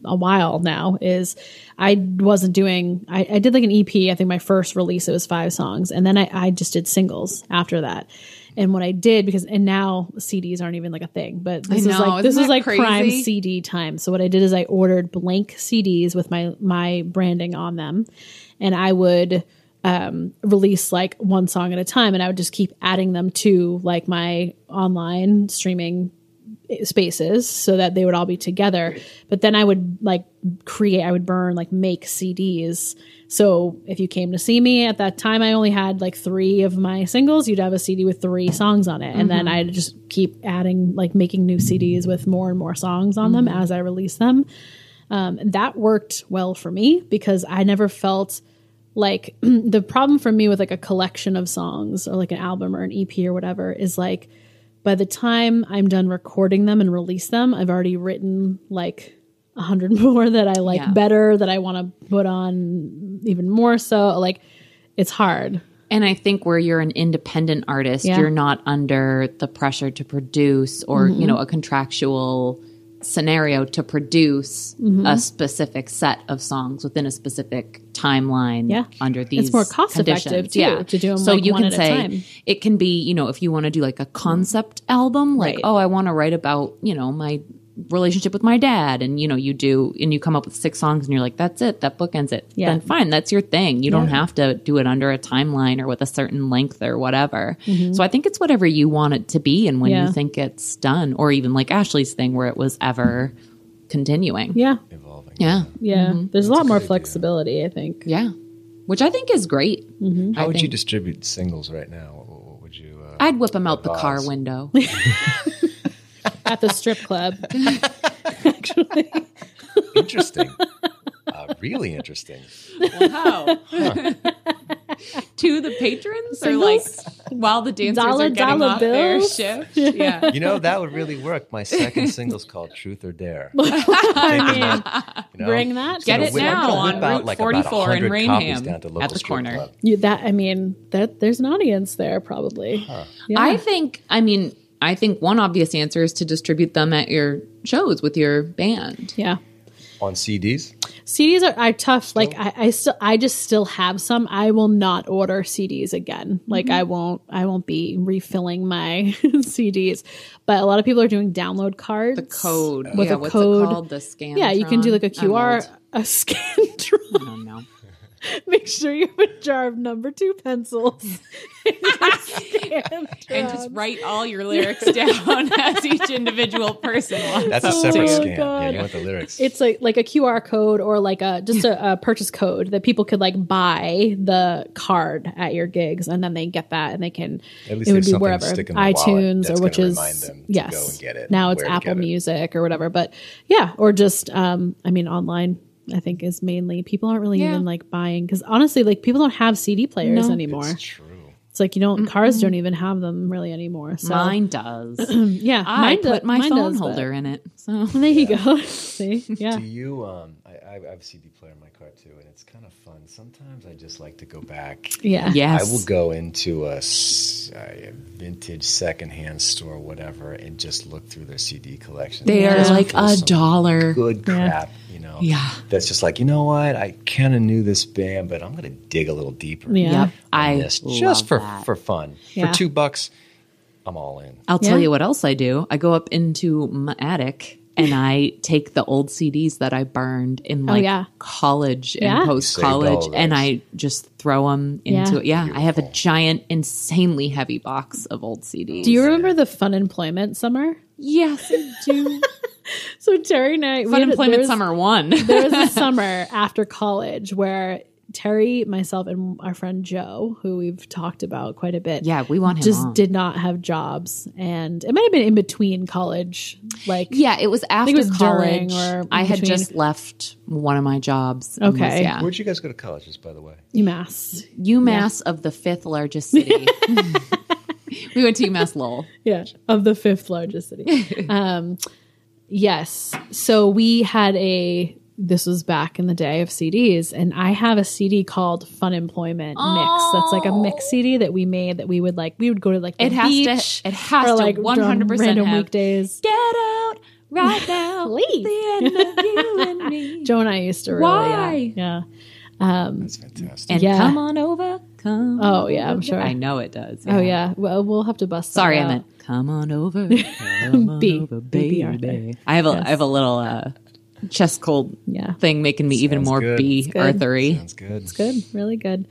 Speaker 1: a while now is I wasn't doing I, I did like an EP I think my first release it was five songs and then I, I just did singles after that and what I did because and now CDs aren't even like a thing but this is
Speaker 3: know,
Speaker 1: like this
Speaker 3: isn't
Speaker 1: is
Speaker 3: that
Speaker 1: like prime
Speaker 3: crazy?
Speaker 1: CD time so what I did is I ordered blank CDs with my my branding on them and I would um, release like one song at a time and I would just keep adding them to like my online streaming spaces so that they would all be together. But then I would like create, I would burn, like make CDs. So if you came to see me at that time, I only had like three of my singles. You'd have a CD with three songs on it. And then I'd just keep adding, like making new CDs with more and more songs on them as I release them. Um, and that worked well for me because I never felt like the problem for me with like a collection of songs or like an album or an EP or whatever is like by the time I'm done recording them and release them, I've already written like a hundred more that I like
Speaker 3: Yeah.
Speaker 1: better that I want to put on even more. So like it's hard.
Speaker 3: And I think where you're an independent artist,
Speaker 1: Yeah.
Speaker 3: you're not under the pressure to produce or, you know, a contractual scenario to produce
Speaker 1: Mm-hmm.
Speaker 3: a specific set of songs within a specific timeline
Speaker 1: Yeah.
Speaker 3: under these
Speaker 1: more cost
Speaker 3: conditions.
Speaker 1: effective, too, to do 'em,
Speaker 3: so
Speaker 1: like,
Speaker 3: you
Speaker 1: one
Speaker 3: can
Speaker 1: at a
Speaker 3: say
Speaker 1: time.
Speaker 3: it can be you know if you want to do like a concept album like
Speaker 1: Right.
Speaker 3: oh i want to write about you know my relationship with my dad and you know you do and you come up with six songs and you're like that's it that bookends it
Speaker 1: Yeah.
Speaker 3: then fine that's your thing you don't have to do it under a timeline or with a certain length or whatever so i think it's whatever you want it to be and when
Speaker 1: Mm-hmm. Yeah.
Speaker 3: you think it's done or even like ashley's thing where it was ever continuing
Speaker 1: Yeah.
Speaker 2: evolving.
Speaker 3: yeah
Speaker 1: Yeah. There's a lot more
Speaker 2: good idea.
Speaker 1: flexibility, I think.
Speaker 3: Yeah. which i think is great
Speaker 1: Mm-hmm.
Speaker 2: How would you
Speaker 3: think-
Speaker 2: distribute singles right now? What, what- what would you? Uh,
Speaker 3: i'd whip them out the car
Speaker 2: Advise.
Speaker 3: window
Speaker 1: At the strip club.
Speaker 2: interesting. uh, really interesting.
Speaker 3: Wow. to the patrons or like while the dancers
Speaker 1: Dollar-
Speaker 3: are getting
Speaker 1: dollar
Speaker 3: off their
Speaker 1: bills?
Speaker 3: shift. Yeah.
Speaker 2: You know that would really work. My second single's called "Truth or Dare."
Speaker 1: I mean,
Speaker 2: You know?
Speaker 1: bring that.
Speaker 3: Get
Speaker 1: to
Speaker 3: it
Speaker 1: the
Speaker 2: I'm
Speaker 3: now
Speaker 2: gonna
Speaker 3: on
Speaker 2: whip out
Speaker 3: Route
Speaker 2: like
Speaker 3: 44 in
Speaker 2: 100 copies
Speaker 3: Rainham
Speaker 2: down to
Speaker 3: at
Speaker 2: local
Speaker 3: the
Speaker 2: strip
Speaker 3: corner.
Speaker 2: club.
Speaker 1: You, that I mean, that there's an audience there probably. Yeah.
Speaker 3: I think I mean I think one obvious answer is to distribute them at your shows with your band.
Speaker 1: yeah.
Speaker 2: on CDs.
Speaker 1: CDs are, are tough. Like I, I still, I just still have some. I will not order CDs again. Like
Speaker 3: Mm-hmm.
Speaker 1: I won't, I won't be refilling my CDs. But a lot of people are doing download cards.
Speaker 3: The code.
Speaker 1: With
Speaker 3: yeah,
Speaker 1: a
Speaker 3: what's
Speaker 1: code.
Speaker 3: it called? The scan.
Speaker 1: Yeah, you can do like a QR,
Speaker 3: I
Speaker 1: a scan draw.
Speaker 3: don't know.
Speaker 1: Make sure you have a jar of number two pencils. and your scan
Speaker 3: And just
Speaker 1: drawns.
Speaker 3: write all your lyrics down as each individual person wants.
Speaker 2: That's a
Speaker 1: Oh
Speaker 2: separate
Speaker 1: my
Speaker 2: scan. Yeah,
Speaker 1: God.
Speaker 2: you want the lyrics.
Speaker 1: it's like like a QR code or like a just a, a purchase code that people could like buy the card at your gigs and then they get that and they can
Speaker 2: At least
Speaker 1: it would
Speaker 2: there's
Speaker 1: be
Speaker 2: something to
Speaker 1: wherever
Speaker 2: stick in the wallet
Speaker 1: iTunes
Speaker 2: that's
Speaker 1: or which
Speaker 2: gonna
Speaker 1: is
Speaker 2: remind them to
Speaker 1: yes
Speaker 2: go and get it
Speaker 1: now
Speaker 2: and
Speaker 1: it's
Speaker 2: where to
Speaker 1: Apple
Speaker 2: get it.
Speaker 1: Music or whatever but yeah or just um I mean online I think is mainly people aren't really
Speaker 3: Yeah.
Speaker 1: even like buying because honestly like people don't have CD players
Speaker 3: No.
Speaker 1: anymore
Speaker 2: It's
Speaker 1: it's,
Speaker 2: true.
Speaker 1: like you don't cars don't even have them really anymore so
Speaker 3: Mine does.
Speaker 1: yeah
Speaker 3: I
Speaker 1: do-
Speaker 3: put my
Speaker 1: mine
Speaker 3: phone
Speaker 1: does, but-
Speaker 3: holder in it. So
Speaker 1: there you go see yeah
Speaker 2: Do you? Um, I, I I have a CD player in my car too, and it's kind of fun. Sometimes I just like to go back.
Speaker 1: yeah
Speaker 3: yes,
Speaker 2: I will go into a, s- a vintage secondhand store, whatever, and just look through their CD collection.
Speaker 3: They
Speaker 1: Yeah.
Speaker 3: are
Speaker 1: Just
Speaker 3: like
Speaker 2: for
Speaker 3: a
Speaker 2: some
Speaker 3: dollar.
Speaker 2: good
Speaker 1: Yeah.
Speaker 2: crap, you know.
Speaker 3: Yeah.
Speaker 2: That's just like you know what? I kind of knew this band, but I'm going to dig a little deeper.
Speaker 1: Yeah.
Speaker 3: Yep. I
Speaker 2: on this
Speaker 3: love
Speaker 2: just for
Speaker 3: that.
Speaker 2: for fun.
Speaker 1: Yeah.
Speaker 2: For two bucks, I'm all in.
Speaker 3: I'll tell
Speaker 1: Yeah.
Speaker 3: you what else I do. I go up into my attic and I take the old CDs that I burned in like
Speaker 1: Oh, yeah.
Speaker 3: college and
Speaker 1: Yeah.
Speaker 3: post
Speaker 2: You
Speaker 3: college
Speaker 2: saved all
Speaker 3: and
Speaker 2: those.
Speaker 3: I just throw them
Speaker 1: Yeah.
Speaker 3: into it. Yeah, I have a
Speaker 2: Beautiful.
Speaker 3: giant insanely heavy box of old CDs.
Speaker 1: Do you remember the fun employment summer?
Speaker 3: yes, I do.
Speaker 1: So Terry and I we
Speaker 3: Fun
Speaker 1: had a- there
Speaker 3: employment
Speaker 1: was-
Speaker 3: summer one.
Speaker 1: there was a summer after college where Terry, myself, and our friend Joe, who we've talked about quite a bit,
Speaker 3: yeah, we want him
Speaker 1: just
Speaker 3: on.
Speaker 1: did not have jobs, and it might have been in between college, like
Speaker 3: Yeah, it was after
Speaker 1: it was during
Speaker 3: college.
Speaker 1: or
Speaker 3: I had
Speaker 1: between.
Speaker 3: just left one of my jobs. and was-
Speaker 1: Okay.
Speaker 3: yeah.
Speaker 2: Where'd you guys go to college, just by the way?
Speaker 1: UMass.
Speaker 3: UMass of the fifth largest city. we went to UMass Lowell.
Speaker 1: yeah of the fifth largest city um yes so we had a this was back in the day of CDs, and I have a CD called Fun Employment Mix. That's like a mix CD that we made that we would like. We would go to like the
Speaker 3: Oh. It has to-
Speaker 1: beach
Speaker 3: it has
Speaker 1: or,
Speaker 3: to
Speaker 1: like
Speaker 3: 100%
Speaker 1: random
Speaker 3: have-
Speaker 1: weekdays.
Speaker 3: Get out right now.
Speaker 1: Please.
Speaker 3: The end of you and me.
Speaker 1: Joe and I used to really
Speaker 3: Why?
Speaker 1: yeah,
Speaker 2: That's fantastic.
Speaker 3: And
Speaker 1: Yeah.
Speaker 3: come on over. Come.
Speaker 1: Oh, yeah, I'm
Speaker 3: over.
Speaker 1: sure.
Speaker 3: I know it does.
Speaker 1: yeah. Oh yeah. Well, we'll have to bust. that
Speaker 3: Sorry, I
Speaker 1: out.
Speaker 3: meant come on over. Come on
Speaker 1: B.
Speaker 3: over,
Speaker 1: B.
Speaker 3: baby.
Speaker 1: Arthur.
Speaker 3: I have a I have a little uh, chest cold
Speaker 1: Yeah.
Speaker 3: thing making me even
Speaker 2: Sounds
Speaker 3: more
Speaker 2: good.
Speaker 3: B
Speaker 2: It's
Speaker 1: good.
Speaker 3: Arthery.
Speaker 2: Sounds good. It's
Speaker 1: good, really good.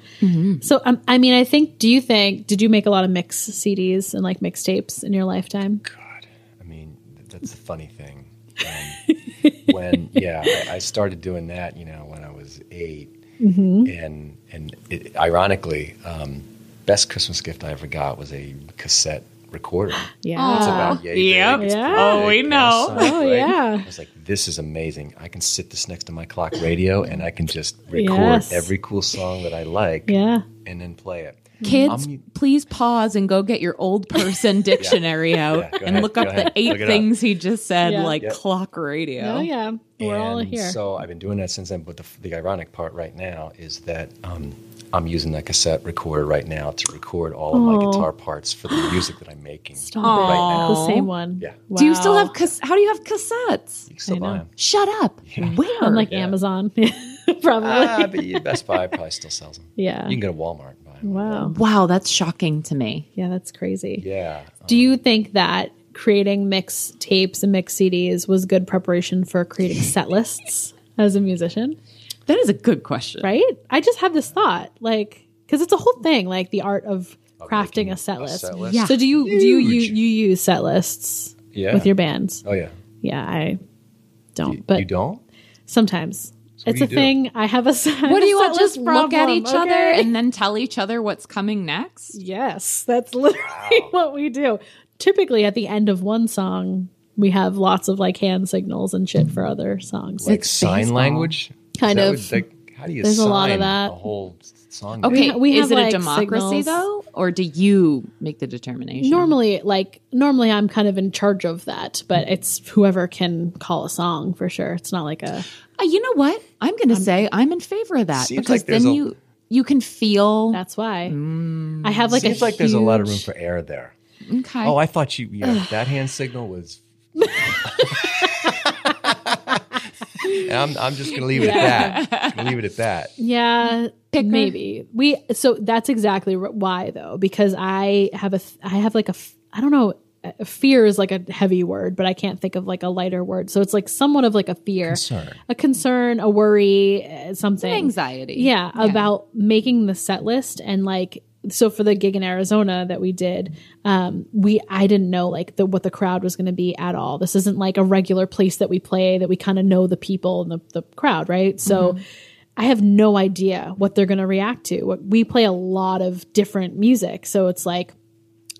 Speaker 1: So, um, I mean, I think. Do you think? Did you make a lot of mix CDs and like mixtapes in your lifetime?
Speaker 2: God, I mean, th- that's the funny thing. Um, when yeah, I, I started doing that, you know, when I was 8 and and it, ironically, um, best Christmas gift I ever got was a cassette recording.
Speaker 1: Yeah.
Speaker 2: It's about yay big,
Speaker 3: Yep.
Speaker 2: it's
Speaker 1: Oh, Yeah.
Speaker 2: pretty
Speaker 3: Oh, we
Speaker 2: big,
Speaker 3: know.
Speaker 2: plus size,
Speaker 1: Oh,
Speaker 2: right?
Speaker 1: yeah.
Speaker 2: I was like, this is amazing. I can sit this next to my clock radio and I can just record
Speaker 1: Yes.
Speaker 2: every cool song that I like
Speaker 1: Yeah.
Speaker 2: and then play it.
Speaker 3: Kids,
Speaker 2: Um,
Speaker 3: please pause and go get your old person dictionary out
Speaker 2: Yeah, go
Speaker 3: and
Speaker 2: ahead,
Speaker 3: look up
Speaker 2: go
Speaker 3: the
Speaker 2: ahead,
Speaker 3: eight
Speaker 2: look it up.
Speaker 3: things he just said,
Speaker 1: Yeah.
Speaker 3: like
Speaker 2: Yep.
Speaker 3: clock radio.
Speaker 1: Oh yeah. We're all
Speaker 2: And
Speaker 1: here.
Speaker 2: So I've been doing that since then. But the, the ironic part right now is that um, I'm using that cassette recorder right now to record all of my
Speaker 1: Oh.
Speaker 2: guitar parts for the music that I'm making.
Speaker 1: Stop it.
Speaker 2: Right now.
Speaker 1: The same one.
Speaker 2: Yeah.
Speaker 3: Do you still
Speaker 1: Wow.
Speaker 3: have cas- how do you have cassettes?
Speaker 2: You can still
Speaker 1: I
Speaker 2: buy
Speaker 1: know.
Speaker 2: 'em.
Speaker 3: Shut up. Where?
Speaker 1: on like
Speaker 2: Yeah.
Speaker 1: Amazon? Probably.
Speaker 2: Ah, but yeah, Best Buy probably still sells them.
Speaker 1: yeah.
Speaker 2: You can go to Walmart and buy them.
Speaker 1: wow.
Speaker 3: wow, that's shocking to me.
Speaker 1: Yeah, that's crazy.
Speaker 2: Yeah.
Speaker 1: Do you think that creating mix tapes and mix CDs was good preparation for creating set lists as a musician?
Speaker 3: That is a good question.
Speaker 1: Right? I just have this thought, like, because it's a whole thing, like the art of crafting
Speaker 2: making
Speaker 1: a set
Speaker 2: a
Speaker 1: list.
Speaker 2: set list? Yeah.
Speaker 1: So do you do you, you
Speaker 2: Huge.
Speaker 1: you use set lists
Speaker 2: Yeah.
Speaker 1: with your bands?
Speaker 2: Oh yeah.
Speaker 1: Yeah, I don't. But
Speaker 2: you don't.
Speaker 1: sometimes
Speaker 2: what
Speaker 1: it's
Speaker 2: do
Speaker 1: a
Speaker 2: you do?
Speaker 1: thing. I have a set.
Speaker 3: What do you
Speaker 1: set
Speaker 3: want? Just
Speaker 1: list
Speaker 3: look at
Speaker 1: problem,
Speaker 3: each other
Speaker 1: okay?
Speaker 3: and then tell each other what's coming next?
Speaker 1: Yes, that's literally what we do. Typically, at the end of one song, we have lots of like hand signals and shit for other songs.
Speaker 2: Like
Speaker 3: It's
Speaker 2: sign
Speaker 3: baseball.
Speaker 2: language. Is
Speaker 1: Kind
Speaker 2: that
Speaker 1: of.
Speaker 2: what- like, how do you?
Speaker 1: There's a
Speaker 2: sign
Speaker 1: lot of that.
Speaker 2: A whole song.
Speaker 3: Okay,
Speaker 1: ha- we
Speaker 3: is
Speaker 1: have,
Speaker 3: it a
Speaker 1: like,
Speaker 3: democracy
Speaker 1: signals.
Speaker 3: though, or do you make the determination?
Speaker 1: normally, like normally, I'm kind of in charge of that,
Speaker 2: Mm-hmm.
Speaker 1: but it's whoever can call a song for sure. It's not like a
Speaker 3: Uh, you know what? I'm going to say I'm in favor of that
Speaker 2: Seems
Speaker 3: because
Speaker 2: like there's
Speaker 3: then
Speaker 2: a-
Speaker 3: you you can feel
Speaker 1: that's why I have like
Speaker 2: Mm, Seems
Speaker 1: a
Speaker 2: like there's a lot of room
Speaker 1: huge-
Speaker 2: for error there.
Speaker 3: okay.
Speaker 2: Oh, I thought you. Yeah, that hand signal was. And I'm, I'm just gonna leave it at that. Gonna leave it at that.
Speaker 1: Yeah, maybe we. So that's exactly r- why, though, because I have a, th- I have like a, f- I don't know. a Fear is like a heavy word, but I can't think of like a lighter word. So it's like somewhat of like a fear,
Speaker 2: Concern.
Speaker 1: a concern, a worry, uh, something,
Speaker 3: anxiety.
Speaker 1: Yeah, about making the set list and like so for the gig in Arizona that we did, um, we I didn't know like the, what the crowd was going to be at all. This isn't like a regular place that we play that we kind of know the people and the, the crowd, right? So. I have no idea what they're going to react to. What- We play a lot of different music. So it's like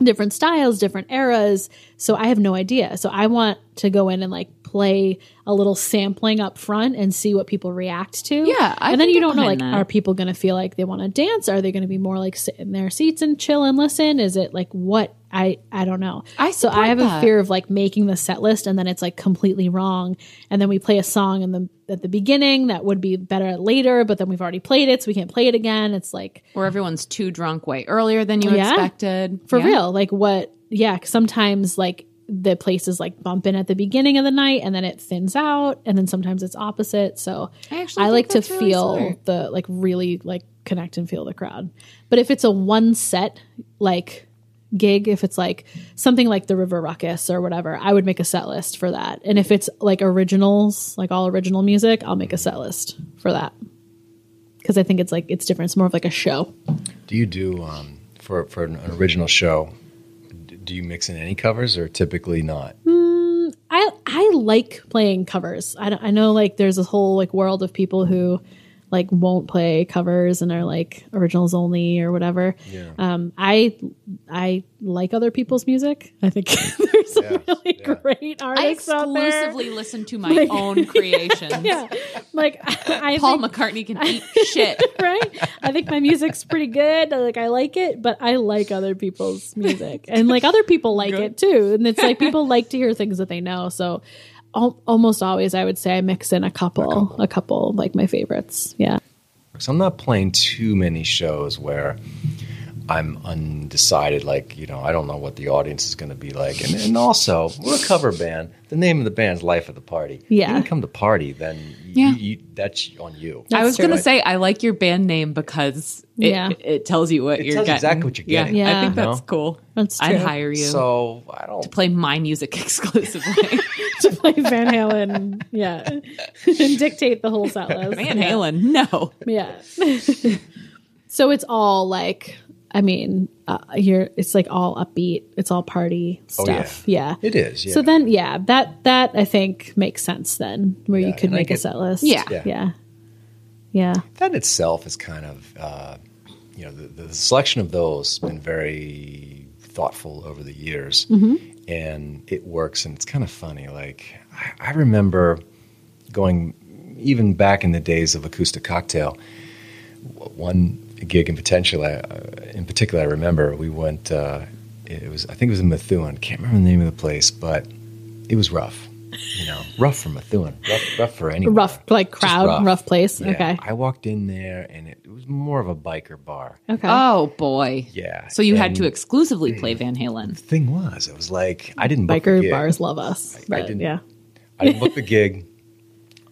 Speaker 1: different styles, different eras. So I have no idea. So I want to go in and like play a little sampling up front and see what people react to.
Speaker 3: Yeah, I
Speaker 1: and then you
Speaker 3: can get
Speaker 1: don't know like
Speaker 3: behind that.
Speaker 1: are people going to feel like they want to dance? Are they going to be more like sit in their seats and chill and listen? Is it like what I I don't know.
Speaker 3: I
Speaker 1: so
Speaker 3: support
Speaker 1: I have
Speaker 3: that.
Speaker 1: a fear of like making the set list and then it's like completely wrong and then we play a song in the at the beginning that would be better later but then we've already played it so we can't play it again. It's like
Speaker 3: Or everyone's too drunk way earlier than you
Speaker 1: Yeah.
Speaker 3: expected.
Speaker 1: for
Speaker 3: Yeah.
Speaker 1: real like what yeah 'cause sometimes like the places like bumping at the beginning of the night and then it thins out and then sometimes it's opposite so
Speaker 3: I actually
Speaker 1: i,
Speaker 3: think
Speaker 1: like to
Speaker 3: that's really
Speaker 1: feel
Speaker 3: smart.
Speaker 1: the like really like connect and feel the crowd but if it's a one set like gig if it's like something like the river ruckus or whatever i would make a set list for that and if it's like originals like all original music i'll make a set list for that because i think it's like it's different it's more of like a show
Speaker 2: Do you do um, for for an, an original show? d- Do you mix in any covers or typically not?
Speaker 1: I I like playing covers. I, don't- I know like there's a whole like world of people who like won't play covers and are like originals only or whatever.
Speaker 2: Yeah.
Speaker 1: Um, I I like other people's music. I think there's some
Speaker 2: Yeah,
Speaker 1: really
Speaker 2: yeah.
Speaker 1: great
Speaker 3: I
Speaker 1: artists out there.
Speaker 3: exclusively listen to my own creations.
Speaker 1: Yeah, like I, I
Speaker 3: Paul
Speaker 1: think,
Speaker 3: McCartney can eat shit.
Speaker 1: right? I think my music's pretty good. Like I like it, but I like other people's music, and like other people like it too. And it's like people like to hear things that they know. So al- almost always, I would say I mix in a couple, a couple, of, like my favorites. Yeah,
Speaker 2: So I'm not playing too many shows where I'm undecided. Like you know, I don't know what the audience is going to be like. And, and also, we're a cover band. The name of the band's Life of the Party.
Speaker 1: Yeah.
Speaker 2: If you come to party, then
Speaker 3: Yeah.
Speaker 2: yeah. you, you, that's on you.
Speaker 1: That's
Speaker 3: I was
Speaker 1: true.
Speaker 3: going to say I like your band name because it,
Speaker 1: Yeah.
Speaker 3: it tells you what
Speaker 2: It
Speaker 3: you're
Speaker 2: tells
Speaker 3: getting.
Speaker 2: exactly what you're getting,
Speaker 3: Yeah, I
Speaker 1: Yeah.
Speaker 3: think
Speaker 2: you know?
Speaker 3: that's cool.
Speaker 1: That's
Speaker 3: I'd
Speaker 1: true.
Speaker 3: hire you
Speaker 2: So I don't.
Speaker 3: to play my music exclusively.
Speaker 1: to play Van Halen, yeah, and dictate the whole set list.
Speaker 3: Van
Speaker 1: Yeah.
Speaker 3: Halen, no.
Speaker 1: yeah. so it's all like, I mean, uh, you're it's like all upbeat. It's all party
Speaker 2: Oh, yeah.
Speaker 1: stuff. yeah.
Speaker 2: It is. Yeah.
Speaker 1: So then, yeah, that that I think makes sense then, where you
Speaker 2: Yeah,
Speaker 1: could
Speaker 2: and I
Speaker 1: make a
Speaker 2: get-
Speaker 1: set list.
Speaker 3: Yeah.
Speaker 2: Yeah.
Speaker 1: yeah, yeah.
Speaker 2: that itself is kind of uh, you know the, the selection of those has been very thoughtful over the years, and it works. And it's kind of funny. Like I, I remember going even back in the days of acoustic cocktail. w- One gig in potential, uh, in particular, I remember we went. Uh, it was I think it was in Methuen. Can't remember the name of the place, but it was rough. You know, rough for Methuen, rough, rough for anyone.
Speaker 1: rough like
Speaker 2: Just
Speaker 1: crowd, rough, place.
Speaker 2: Yeah.
Speaker 1: Okay.
Speaker 2: I walked in there and it, it was more of a biker bar.
Speaker 1: Okay.
Speaker 3: Oh boy.
Speaker 2: Yeah,
Speaker 3: So you had
Speaker 2: and- Mm.
Speaker 3: to exclusively play Van Halen.
Speaker 2: The thing was, it was like I didn't book the
Speaker 1: Biker
Speaker 2: gig.
Speaker 1: bars love us. but
Speaker 2: didn't-
Speaker 1: yeah.
Speaker 2: I didn't book the gig.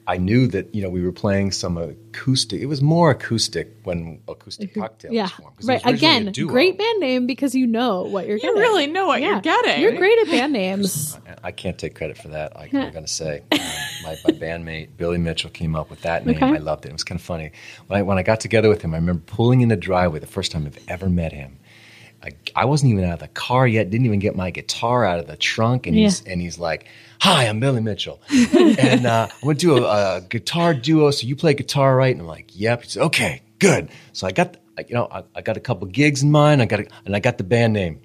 Speaker 2: I knew that you know we were playing some acoustic. It was more acoustic when acoustic cocktail
Speaker 1: Yeah.
Speaker 2: was formed. 'cause it
Speaker 1: Right.
Speaker 2: was originally
Speaker 1: Again,
Speaker 2: a duo.
Speaker 1: great band name because you know what you're getting.
Speaker 3: know what
Speaker 1: Yeah. You're great at band names.
Speaker 2: I can't take credit for that. I, I'm going to say um, my, my bandmate Billy Mitchell came up with that name.
Speaker 1: Okay.
Speaker 2: I loved it. It was kind of funny when I when I got together with him. I remember pulling in the driveway the first time I've ever met him. I, I wasn't even out of the car yet. Didn't even get my guitar out of the trunk, and he's and he's like, "Hi, I'm Billy Mitchell, and uh, I want to do a, a guitar duo. So you play guitar, right?" And I'm like, "Yep." He said, "Okay, good." So I got I- you know I, I got a couple gigs in mind. I got a, and I got the band name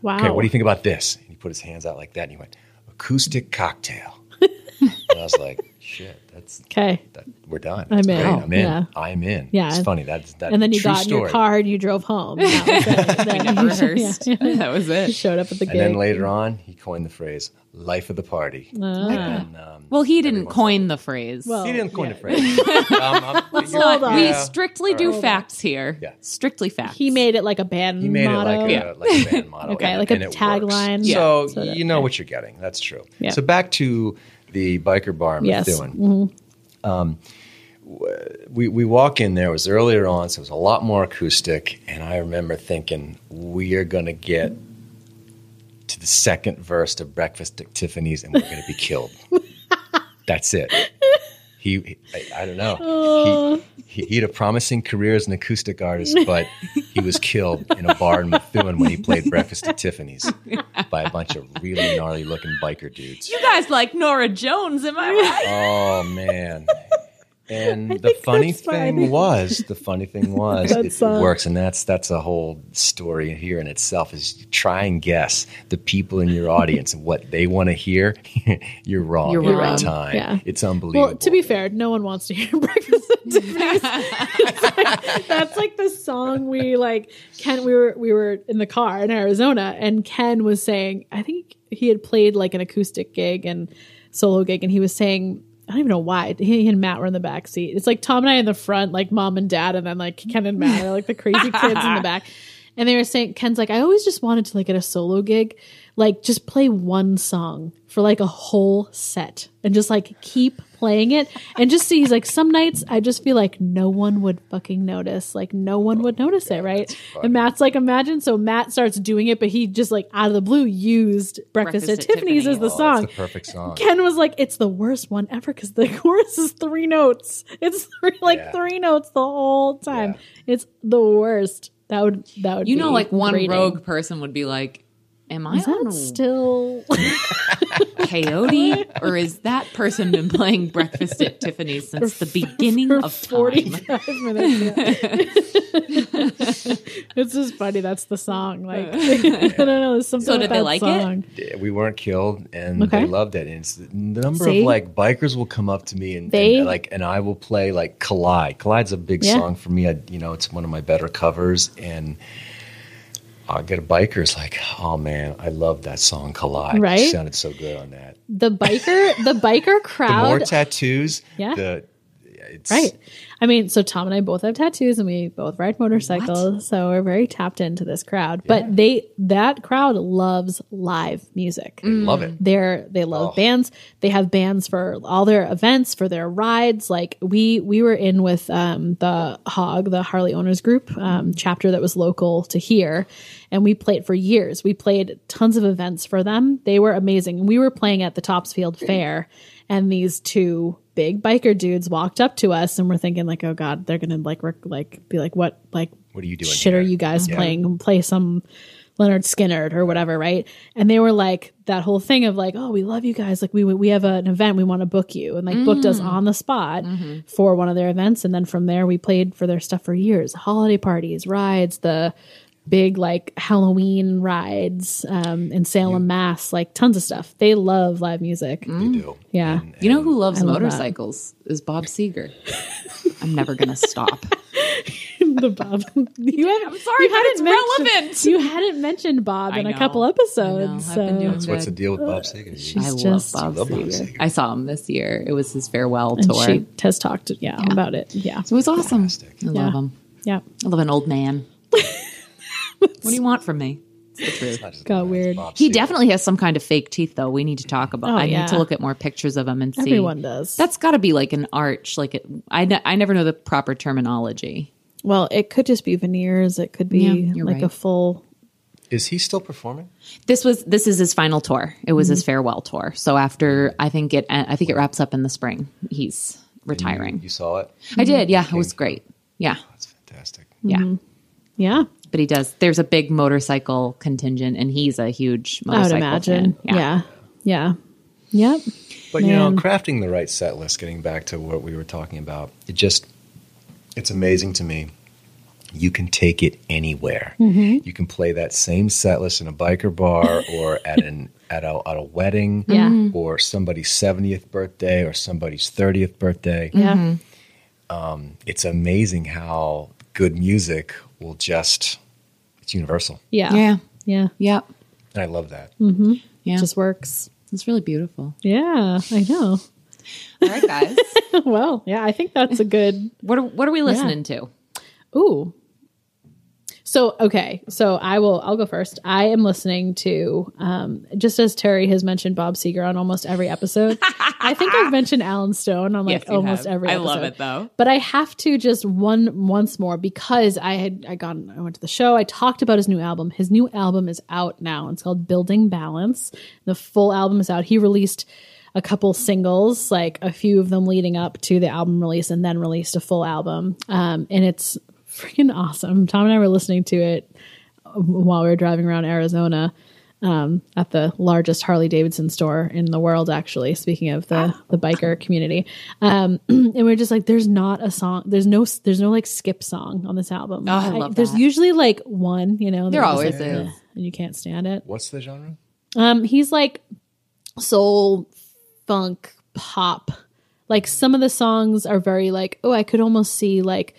Speaker 1: Wow.
Speaker 2: okay, what do you think about this? And he put his hands out like that and he went, acoustic cocktail. and I was like, shit, that's,
Speaker 1: Okay.
Speaker 2: that, we're done.
Speaker 1: I'm
Speaker 2: It's
Speaker 1: in.
Speaker 2: great. I'm in.
Speaker 1: Yeah.
Speaker 2: I'm in.
Speaker 1: Yeah.
Speaker 2: It's funny. That's that
Speaker 1: and then you
Speaker 2: true
Speaker 1: got in your
Speaker 2: story.
Speaker 1: car and you drove home. That was it. Then you-
Speaker 3: Rehearsed.
Speaker 1: yeah, yeah.
Speaker 3: That was
Speaker 1: You
Speaker 3: it.
Speaker 1: showed up at the
Speaker 2: And then
Speaker 1: gig.
Speaker 2: later on, he coined the phrase life of the party.
Speaker 1: Ah.
Speaker 2: And, um,
Speaker 3: Well, he didn't coin the phrase.
Speaker 1: Well,
Speaker 2: he didn't coin the phrase. um, I'm- you know,
Speaker 1: not-
Speaker 2: yeah.
Speaker 3: we strictly do facts here.
Speaker 2: Yeah.
Speaker 3: Strictly facts.
Speaker 1: He made it like a band
Speaker 2: He made
Speaker 1: motto.
Speaker 2: it like a, like a band model.
Speaker 1: Okay, like a
Speaker 2: it works.
Speaker 1: tagline. Yeah.
Speaker 2: So,
Speaker 1: So that-
Speaker 2: you know what you're getting. That's true.
Speaker 1: Yeah.
Speaker 2: So back to the biker bar in
Speaker 1: Yes. Mm-hmm.
Speaker 2: Methuen. Um, w- we, we walk in there. It was earlier on, so it was a lot more acoustic. And I remember thinking, we are going to get to the second verse of Breakfast at Tiffany's and we're going to be killed. That's it. He, he- I, I don't
Speaker 1: Oh.
Speaker 2: know. He, he, he had a promising career as an acoustic artist, but he was killed in a bar in Methuen when he played Breakfast at Tiffany's by a bunch of really gnarly looking biker dudes.
Speaker 3: You guys like Nora Jones, am I right?
Speaker 2: Oh man. And the funny
Speaker 1: that's fine.
Speaker 2: thing was, the funny thing was, it
Speaker 1: That's, uh,
Speaker 2: works, and that's that's a whole story here in itself. Is you try and guess the people in your audience and what they want to hear. you're wrong
Speaker 3: You're
Speaker 2: every
Speaker 3: wrong.
Speaker 2: time.
Speaker 1: Yeah.
Speaker 2: It's unbelievable.
Speaker 1: Well, to be fair, no one wants to hear breakfast at Tiffany's. That's like the song we like. Ken, we were we were in the car in Arizona, and Ken was saying, I think he had played like an acoustic gig and solo gig, and he was saying. I don't even know why. He and Matt were in the back seat. It's like Tom and I in the front, like mom and dad, and then like Ken and Matt are like the crazy kids in the back. And they were saying, Ken's like, I always just wanted to like get a solo gig, like just play one song for like a whole set and just like keep playing it and just see. He's like, some nights I just feel like no one would fucking notice, like no one would notice it, right? And Matt's like, imagine. So Matt starts doing it, but he just like out of the blue used Breakfast, at, Tiffany's as the
Speaker 2: Oh,
Speaker 1: song.
Speaker 2: It's the perfect song.
Speaker 1: Ken was like, "It's the worst one ever because the chorus is three notes. It's three, like
Speaker 2: Yeah.
Speaker 1: three notes the whole time. It's the worst." That would that would
Speaker 3: You know,
Speaker 1: be
Speaker 3: like one
Speaker 1: grating.
Speaker 3: rogue person would be like, Am I
Speaker 1: Is that
Speaker 3: on
Speaker 1: still
Speaker 3: Coyote? or is that person been playing Breakfast at Tiffany's since the beginning
Speaker 1: for
Speaker 3: of
Speaker 1: forty
Speaker 3: time?
Speaker 1: five minutes? yeah. it's just funny. That's the song. Like I don't know. There's something
Speaker 3: So
Speaker 1: about
Speaker 3: did they
Speaker 1: that
Speaker 3: like it?
Speaker 1: song.
Speaker 2: we weren't killed, and
Speaker 1: Okay.
Speaker 2: they loved it. And it's the number
Speaker 1: See?
Speaker 2: of like bikers will come up to me and,
Speaker 1: They-
Speaker 2: and, like, and I will play like Collide. Collide's a big
Speaker 1: Yeah.
Speaker 2: song for me. I, you know, it's one of my better covers, and I get a biker's like, oh man, I love that song Collide. It
Speaker 1: Right?
Speaker 2: sounded so good on that.
Speaker 1: The biker, the biker
Speaker 2: The more
Speaker 1: crowd.
Speaker 2: tattoos,
Speaker 1: Yeah.
Speaker 2: the it's
Speaker 1: Right. I mean, so Tom and I both have tattoos and we both ride motorcycles. So we're very tapped into this crowd. But they that crowd loves live music.
Speaker 2: love
Speaker 1: Mm.
Speaker 2: it.
Speaker 1: They're they love
Speaker 2: Oh.
Speaker 1: bands. They have bands for all their events, for their rides. Like we we were in with um, the Hog, the Harley Owners Group um, chapter that was local to here, and we played for years. We played tons of events for them. They were amazing. And We were playing at the Topsfield Fair, and these two big biker dudes walked up to us, and we're thinking like, oh god, they're gonna like rec- like be like what like
Speaker 2: What are you doing?
Speaker 1: shit
Speaker 2: here?
Speaker 1: are you guys playing play some leonard skinner or whatever right and they were like that whole thing of like oh we love you guys like we we have an event we want to book you and like booked
Speaker 3: Mm.
Speaker 1: us on the spot
Speaker 3: Mm-hmm.
Speaker 1: for one of their events and then from there we played for their stuff for years holiday parties rides the big like Halloween rides um, in Salem, Mass, like tons of stuff. They love live music.
Speaker 3: Mm.
Speaker 2: You do.
Speaker 1: Yeah.
Speaker 2: And-
Speaker 3: You know who loves
Speaker 1: love that.
Speaker 3: motorcycles is Bob Seger. I'm never gonna stop.
Speaker 1: the Bob. You had, I'm
Speaker 3: sorry, but it's relevant.
Speaker 1: You hadn't mentioned Bob
Speaker 3: I
Speaker 1: in a
Speaker 3: know.
Speaker 1: couple episodes.
Speaker 3: I know. I've been
Speaker 1: so-
Speaker 3: doing
Speaker 2: That's what's the
Speaker 3: good.
Speaker 2: deal with Bob Seger?
Speaker 1: She's
Speaker 3: I love
Speaker 1: just-
Speaker 3: Bob
Speaker 2: Love Bob
Speaker 3: Seger.
Speaker 2: Seger.
Speaker 3: I saw him this year. It was his farewell
Speaker 1: and
Speaker 3: tour.
Speaker 1: she Tess talked, yeah, about it. Yeah,
Speaker 3: it was awesome.
Speaker 2: Fantastic.
Speaker 3: I
Speaker 1: Yeah.
Speaker 3: love him.
Speaker 1: yeah.
Speaker 3: I love an old man. what do you want from me? It's the truth.
Speaker 2: Not just
Speaker 1: Got
Speaker 2: Bob,
Speaker 1: weird.
Speaker 2: Bob
Speaker 3: He
Speaker 2: Seger.
Speaker 3: definitely has some kind of fake teeth, though. We need to talk about.
Speaker 1: Oh,
Speaker 3: I
Speaker 1: yeah.
Speaker 3: need to look at more pictures of him and see.
Speaker 1: Everyone does.
Speaker 3: That's got to be like an arch. Like it, I, ne- I never know the proper terminology.
Speaker 1: well, it could just be veneers. It could be
Speaker 3: Yeah, you're
Speaker 1: like a
Speaker 3: right.
Speaker 1: full.
Speaker 2: Is he still performing?
Speaker 3: This was this is his final tour. It was his
Speaker 1: Mm-hmm.
Speaker 3: farewell tour. So after I think it I think it wraps up in the spring. He's retiring.
Speaker 1: Mm-hmm.
Speaker 2: You saw it?
Speaker 3: I did. Yeah, it was great. Yeah,
Speaker 2: That's fantastic.
Speaker 3: yeah.
Speaker 1: Mm-hmm. Yeah,
Speaker 3: But he does. There's a big motorcycle contingent, and he's a huge
Speaker 1: I would
Speaker 3: motorcycle
Speaker 1: imagine.
Speaker 3: fan.
Speaker 1: Yeah, yeah, yep.
Speaker 2: But you know,
Speaker 1: Man.
Speaker 2: crafting the right set list, getting back to what we were talking about, it just it's amazing to me. You can take it anywhere.
Speaker 1: Mm-hmm.
Speaker 2: You can play that same set list in a biker bar or at an at a, at a wedding
Speaker 1: Yeah.
Speaker 2: or somebody's 70th birthday or somebody's 30th birthday. Um,
Speaker 1: Yeah,
Speaker 2: It's amazing how good music will just it's universal.
Speaker 1: yeah,
Speaker 3: Yeah.
Speaker 1: yeah.
Speaker 3: Yeah.
Speaker 2: And I love that.
Speaker 1: Mm.
Speaker 3: Yeah.
Speaker 1: Just works.
Speaker 3: it's really beautiful.
Speaker 1: Yeah, I know.
Speaker 3: All right, guys.
Speaker 1: well, yeah, I think that's a good
Speaker 3: what are, what are we listening to?
Speaker 1: Ooh. So okay, so I will. I'll go first. I am listening to um, just as Terry has mentioned Bob Seger on almost every episode. I think I've mentioned Alan Stone on like
Speaker 3: Yes, you
Speaker 1: almost
Speaker 3: have.
Speaker 1: every.
Speaker 3: I
Speaker 1: Episode.
Speaker 3: love it, though.
Speaker 1: But I have to just one once more because I had I gone I went to the show. I talked about his new album. His new album is out now. It's called Building Balance. The full album is out. He released a couple singles, like a few of them leading up to the album release, and then released a full album. Um, and it's freaking awesome. Tom and I were listening to it while we were driving around Arizona um, at the largest Harley Davidson store in the world, actually. Speaking of the the biker community, um, and we we're just like, there's not a song, there's no, there's no like skip song on this album.
Speaker 3: Oh, I love
Speaker 1: There's
Speaker 3: that.
Speaker 1: usually like one, you know. and
Speaker 3: There
Speaker 1: they're just
Speaker 3: always
Speaker 1: like,
Speaker 3: is.
Speaker 1: "Ugh," and you can't stand it.
Speaker 2: What's the genre?
Speaker 1: Um, he's like soul, funk, pop. Like some of the songs are very like, oh, I could almost see like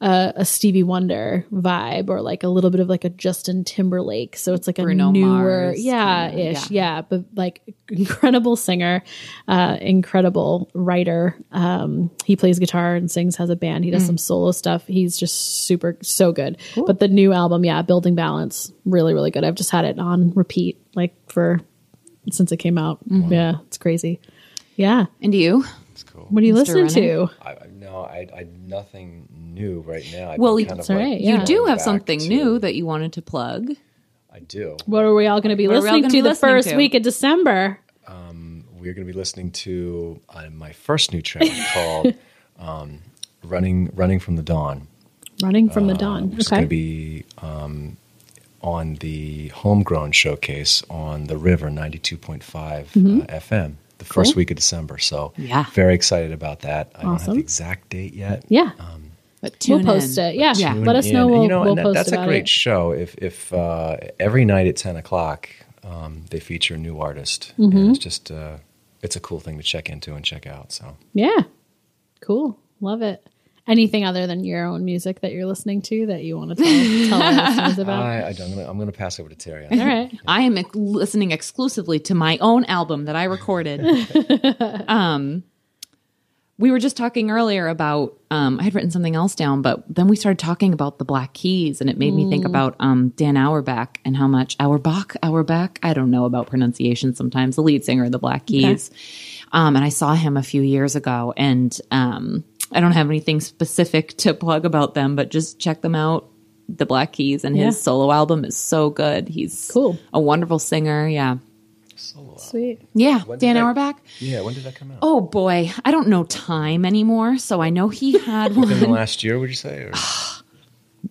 Speaker 1: a, a Stevie Wonder vibe or like a little bit of like a Justin Timberlake. So it's like a
Speaker 3: Bruno
Speaker 1: newer,
Speaker 3: Mars
Speaker 1: yeah,
Speaker 3: kinda,
Speaker 1: ish, yeah. But like incredible singer, uh, incredible writer. Um, he plays guitar and sings, has a band.
Speaker 3: Mm.
Speaker 1: He does some solo stuff. He's just super, so good. But the new album, yeah, Building Balance, really, really good. I've just had it on repeat like for since it came out.
Speaker 2: Mm-hmm.
Speaker 1: Yeah, it's crazy. Yeah.
Speaker 3: And you?
Speaker 2: It's cool.
Speaker 1: What are you
Speaker 3: Mr.
Speaker 1: listening
Speaker 3: Renner?
Speaker 1: to?
Speaker 2: I, I- no, I, I nothing new right now. I've
Speaker 3: Well,
Speaker 2: been
Speaker 3: you-
Speaker 2: kind of
Speaker 1: that's all
Speaker 2: like
Speaker 1: right, yeah.
Speaker 3: You do
Speaker 2: going
Speaker 3: have
Speaker 2: back
Speaker 3: something
Speaker 2: to-
Speaker 3: new that you wanted to plug.
Speaker 2: I do.
Speaker 1: What are we all going to be
Speaker 3: What are we all
Speaker 1: listening
Speaker 3: gonna
Speaker 1: to
Speaker 3: be
Speaker 1: the
Speaker 3: listening
Speaker 1: first
Speaker 3: to?
Speaker 1: week of December?
Speaker 2: We're going to be listening to uh, my first new track called um, "Running Running from the Dawn,"
Speaker 1: Running from the dawn.
Speaker 2: which is
Speaker 1: okay.
Speaker 2: going to Uh, be um, on the Homegrown Showcase on the River ninety two point five uh, FM the first week of December. So,
Speaker 3: Mm-hmm. Yeah.
Speaker 2: very excited about that. I don't have
Speaker 1: Awesome.
Speaker 2: the exact date yet.
Speaker 1: yeah.
Speaker 3: But tune
Speaker 1: we'll post
Speaker 3: in.
Speaker 1: it. Yeah.
Speaker 3: Yeah.
Speaker 1: Let us
Speaker 2: um, Tune
Speaker 1: know.
Speaker 2: in.
Speaker 1: We'll,
Speaker 2: you know,
Speaker 1: we'll
Speaker 2: and that-
Speaker 1: post
Speaker 2: that's
Speaker 1: about
Speaker 2: a great
Speaker 1: it.
Speaker 2: show. If if uh, every night at ten o'clock, um, they feature a new artist. And it's just uh, it's a cool thing to check into and check out. So
Speaker 1: yeah. Cool. Love it. Anything other than your own music that you're listening to that you want to tell, tell our listeners about?
Speaker 2: I, I, am gonna I'm gonna pass over to Terry.
Speaker 1: all right.
Speaker 3: I am ex- listening exclusively to my own album that I recorded. um, we were just talking earlier about um, I had written something else down, but then we started talking about the Black Keys, and it made me think about um, Dan Auerbach and how much Auerbach Auerbach I don't know about pronunciation sometimes. The lead singer of the Black Keys, um, and I saw him a few years ago, and um, I don't have anything specific to plug about them, but just check them out. The Black Keys and
Speaker 1: Yeah.
Speaker 3: his solo album is so good. He's
Speaker 1: Cool.
Speaker 3: a wonderful singer. Yeah.
Speaker 2: Solo. album.
Speaker 1: Sweet.
Speaker 3: Yeah.
Speaker 2: When did
Speaker 3: Dan
Speaker 2: that-
Speaker 3: Auerbach.
Speaker 2: Yeah, when did that come out?
Speaker 3: Oh boy. I don't know time anymore. So I know he had
Speaker 2: In the
Speaker 3: one.
Speaker 2: last year, would you say? Or?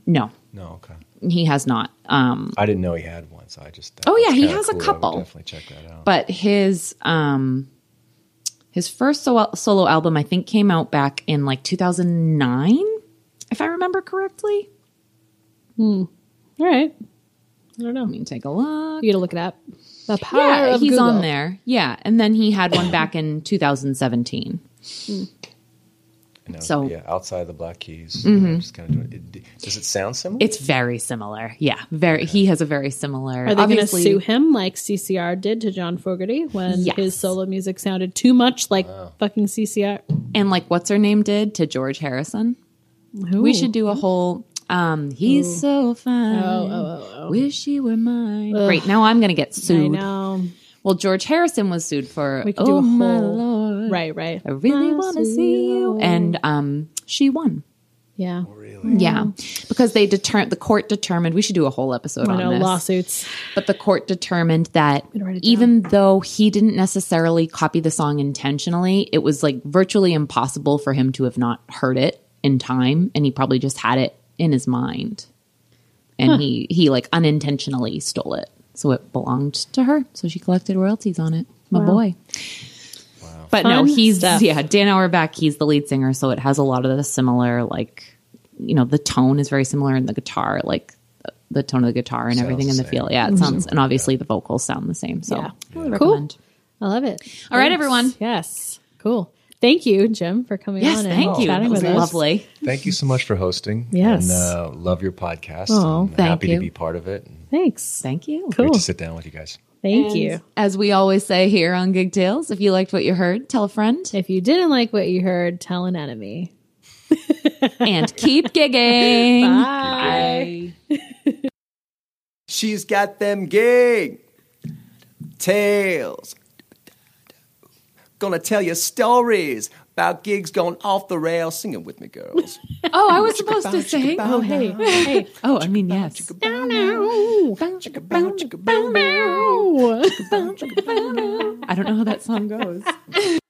Speaker 3: No,
Speaker 2: No, okay.
Speaker 3: he has not. Um,
Speaker 2: I didn't know he had one, so I just. uh,
Speaker 3: Oh, yeah,
Speaker 2: that's
Speaker 3: he
Speaker 2: kinda
Speaker 3: has
Speaker 2: cool. I
Speaker 3: a
Speaker 2: would
Speaker 3: couple.
Speaker 2: definitely check that out.
Speaker 3: but his, um, his first so- solo album, I think, came out back in like 2009, if I remember correctly.
Speaker 1: All right. I don't know.
Speaker 3: Let me take a look.
Speaker 1: You got to look it up. The power
Speaker 3: Yeah,
Speaker 1: of
Speaker 3: he's on
Speaker 1: Google.
Speaker 3: there. Yeah, and then he had one back in 2017.
Speaker 2: You know,
Speaker 3: So- Mm-hmm.
Speaker 2: yeah, outside the Black Keys, you know, just kind of doing. It, does it sound similar?
Speaker 3: It's very similar. Yeah, very. He has a very similar.
Speaker 1: Are they going to
Speaker 3: obviously-
Speaker 1: sue him like CCR did to John Fogerty when
Speaker 3: Yes.
Speaker 1: his solo music sounded too much like fucking CCR?
Speaker 3: And like, what's her name did to George Harrison? We
Speaker 1: Ooh.
Speaker 3: should do a whole. Um, he's so fine.
Speaker 1: Oh, oh, oh,
Speaker 3: Wish he were mine. Great. Now I'm gonna get
Speaker 1: oh. I
Speaker 3: sued.
Speaker 1: know.
Speaker 3: Well, George Harrison was sued for.
Speaker 1: We could
Speaker 3: oh
Speaker 1: do a
Speaker 3: my
Speaker 1: whole-
Speaker 3: lord!
Speaker 1: Right, right.
Speaker 3: I really want to see you.
Speaker 1: Lord.
Speaker 3: And um, she won.
Speaker 1: Yeah.
Speaker 2: really.
Speaker 3: Yeah, because they deter the court determined we should do a whole episode
Speaker 1: I
Speaker 3: on
Speaker 1: know
Speaker 3: this.
Speaker 1: lawsuits.
Speaker 3: But the court determined that
Speaker 1: gonna write it
Speaker 3: even though he didn't necessarily copy the song intentionally, it was like virtually impossible for him to have not heard it in time, and he probably just had it in his mind, and he he like unintentionally stole it, so it belonged to her. So she collected royalties on it. My boy. But no,
Speaker 1: Fun
Speaker 3: he's
Speaker 1: stuff.
Speaker 3: yeah, Dan Auerbach, he's the lead singer, so it has a lot of the similar like you know, the tone is very similar in the guitar, like the- the tone of the guitar and
Speaker 2: Sounds
Speaker 3: everything in the
Speaker 2: the
Speaker 3: feel.
Speaker 2: same.
Speaker 3: Yeah, it sounds and obviously the vocals sound the same. So
Speaker 1: Mm-hmm. Yeah.
Speaker 3: I would
Speaker 1: Cool.
Speaker 3: recommend.
Speaker 1: I love it.
Speaker 3: All right, everyone.
Speaker 1: Yes. Cool. Thank you, Jim, for coming
Speaker 3: Yes,
Speaker 1: on
Speaker 3: thank
Speaker 1: and
Speaker 3: you.
Speaker 1: chatting
Speaker 3: That was
Speaker 1: with us.
Speaker 3: lovely.
Speaker 2: Thank you so much for hosting.
Speaker 1: Yes.
Speaker 2: and, uh, love your podcast.
Speaker 1: Oh,
Speaker 2: I'm
Speaker 3: thank
Speaker 2: happy
Speaker 3: you.
Speaker 2: to be part of it. and
Speaker 1: Thanks.
Speaker 3: Thank you.
Speaker 1: Cool.
Speaker 2: Great to sit down with you guys.
Speaker 1: Thank
Speaker 3: And
Speaker 1: you.
Speaker 3: As we always say here on Gig Tales, if you liked what you heard, tell a friend
Speaker 1: If you didn't like what you heard, tell an enemy.
Speaker 3: and keep gigging.
Speaker 1: Bye.
Speaker 4: She's got them gig tails. Gonna tell you stories about gigs going off the rails. Singing with me, girls.
Speaker 3: Oh, I was supposed to sing.
Speaker 1: Oh, hey. Hey.
Speaker 3: Oh, I mean, yes.
Speaker 1: Ow.
Speaker 3: I don't know how that song goes.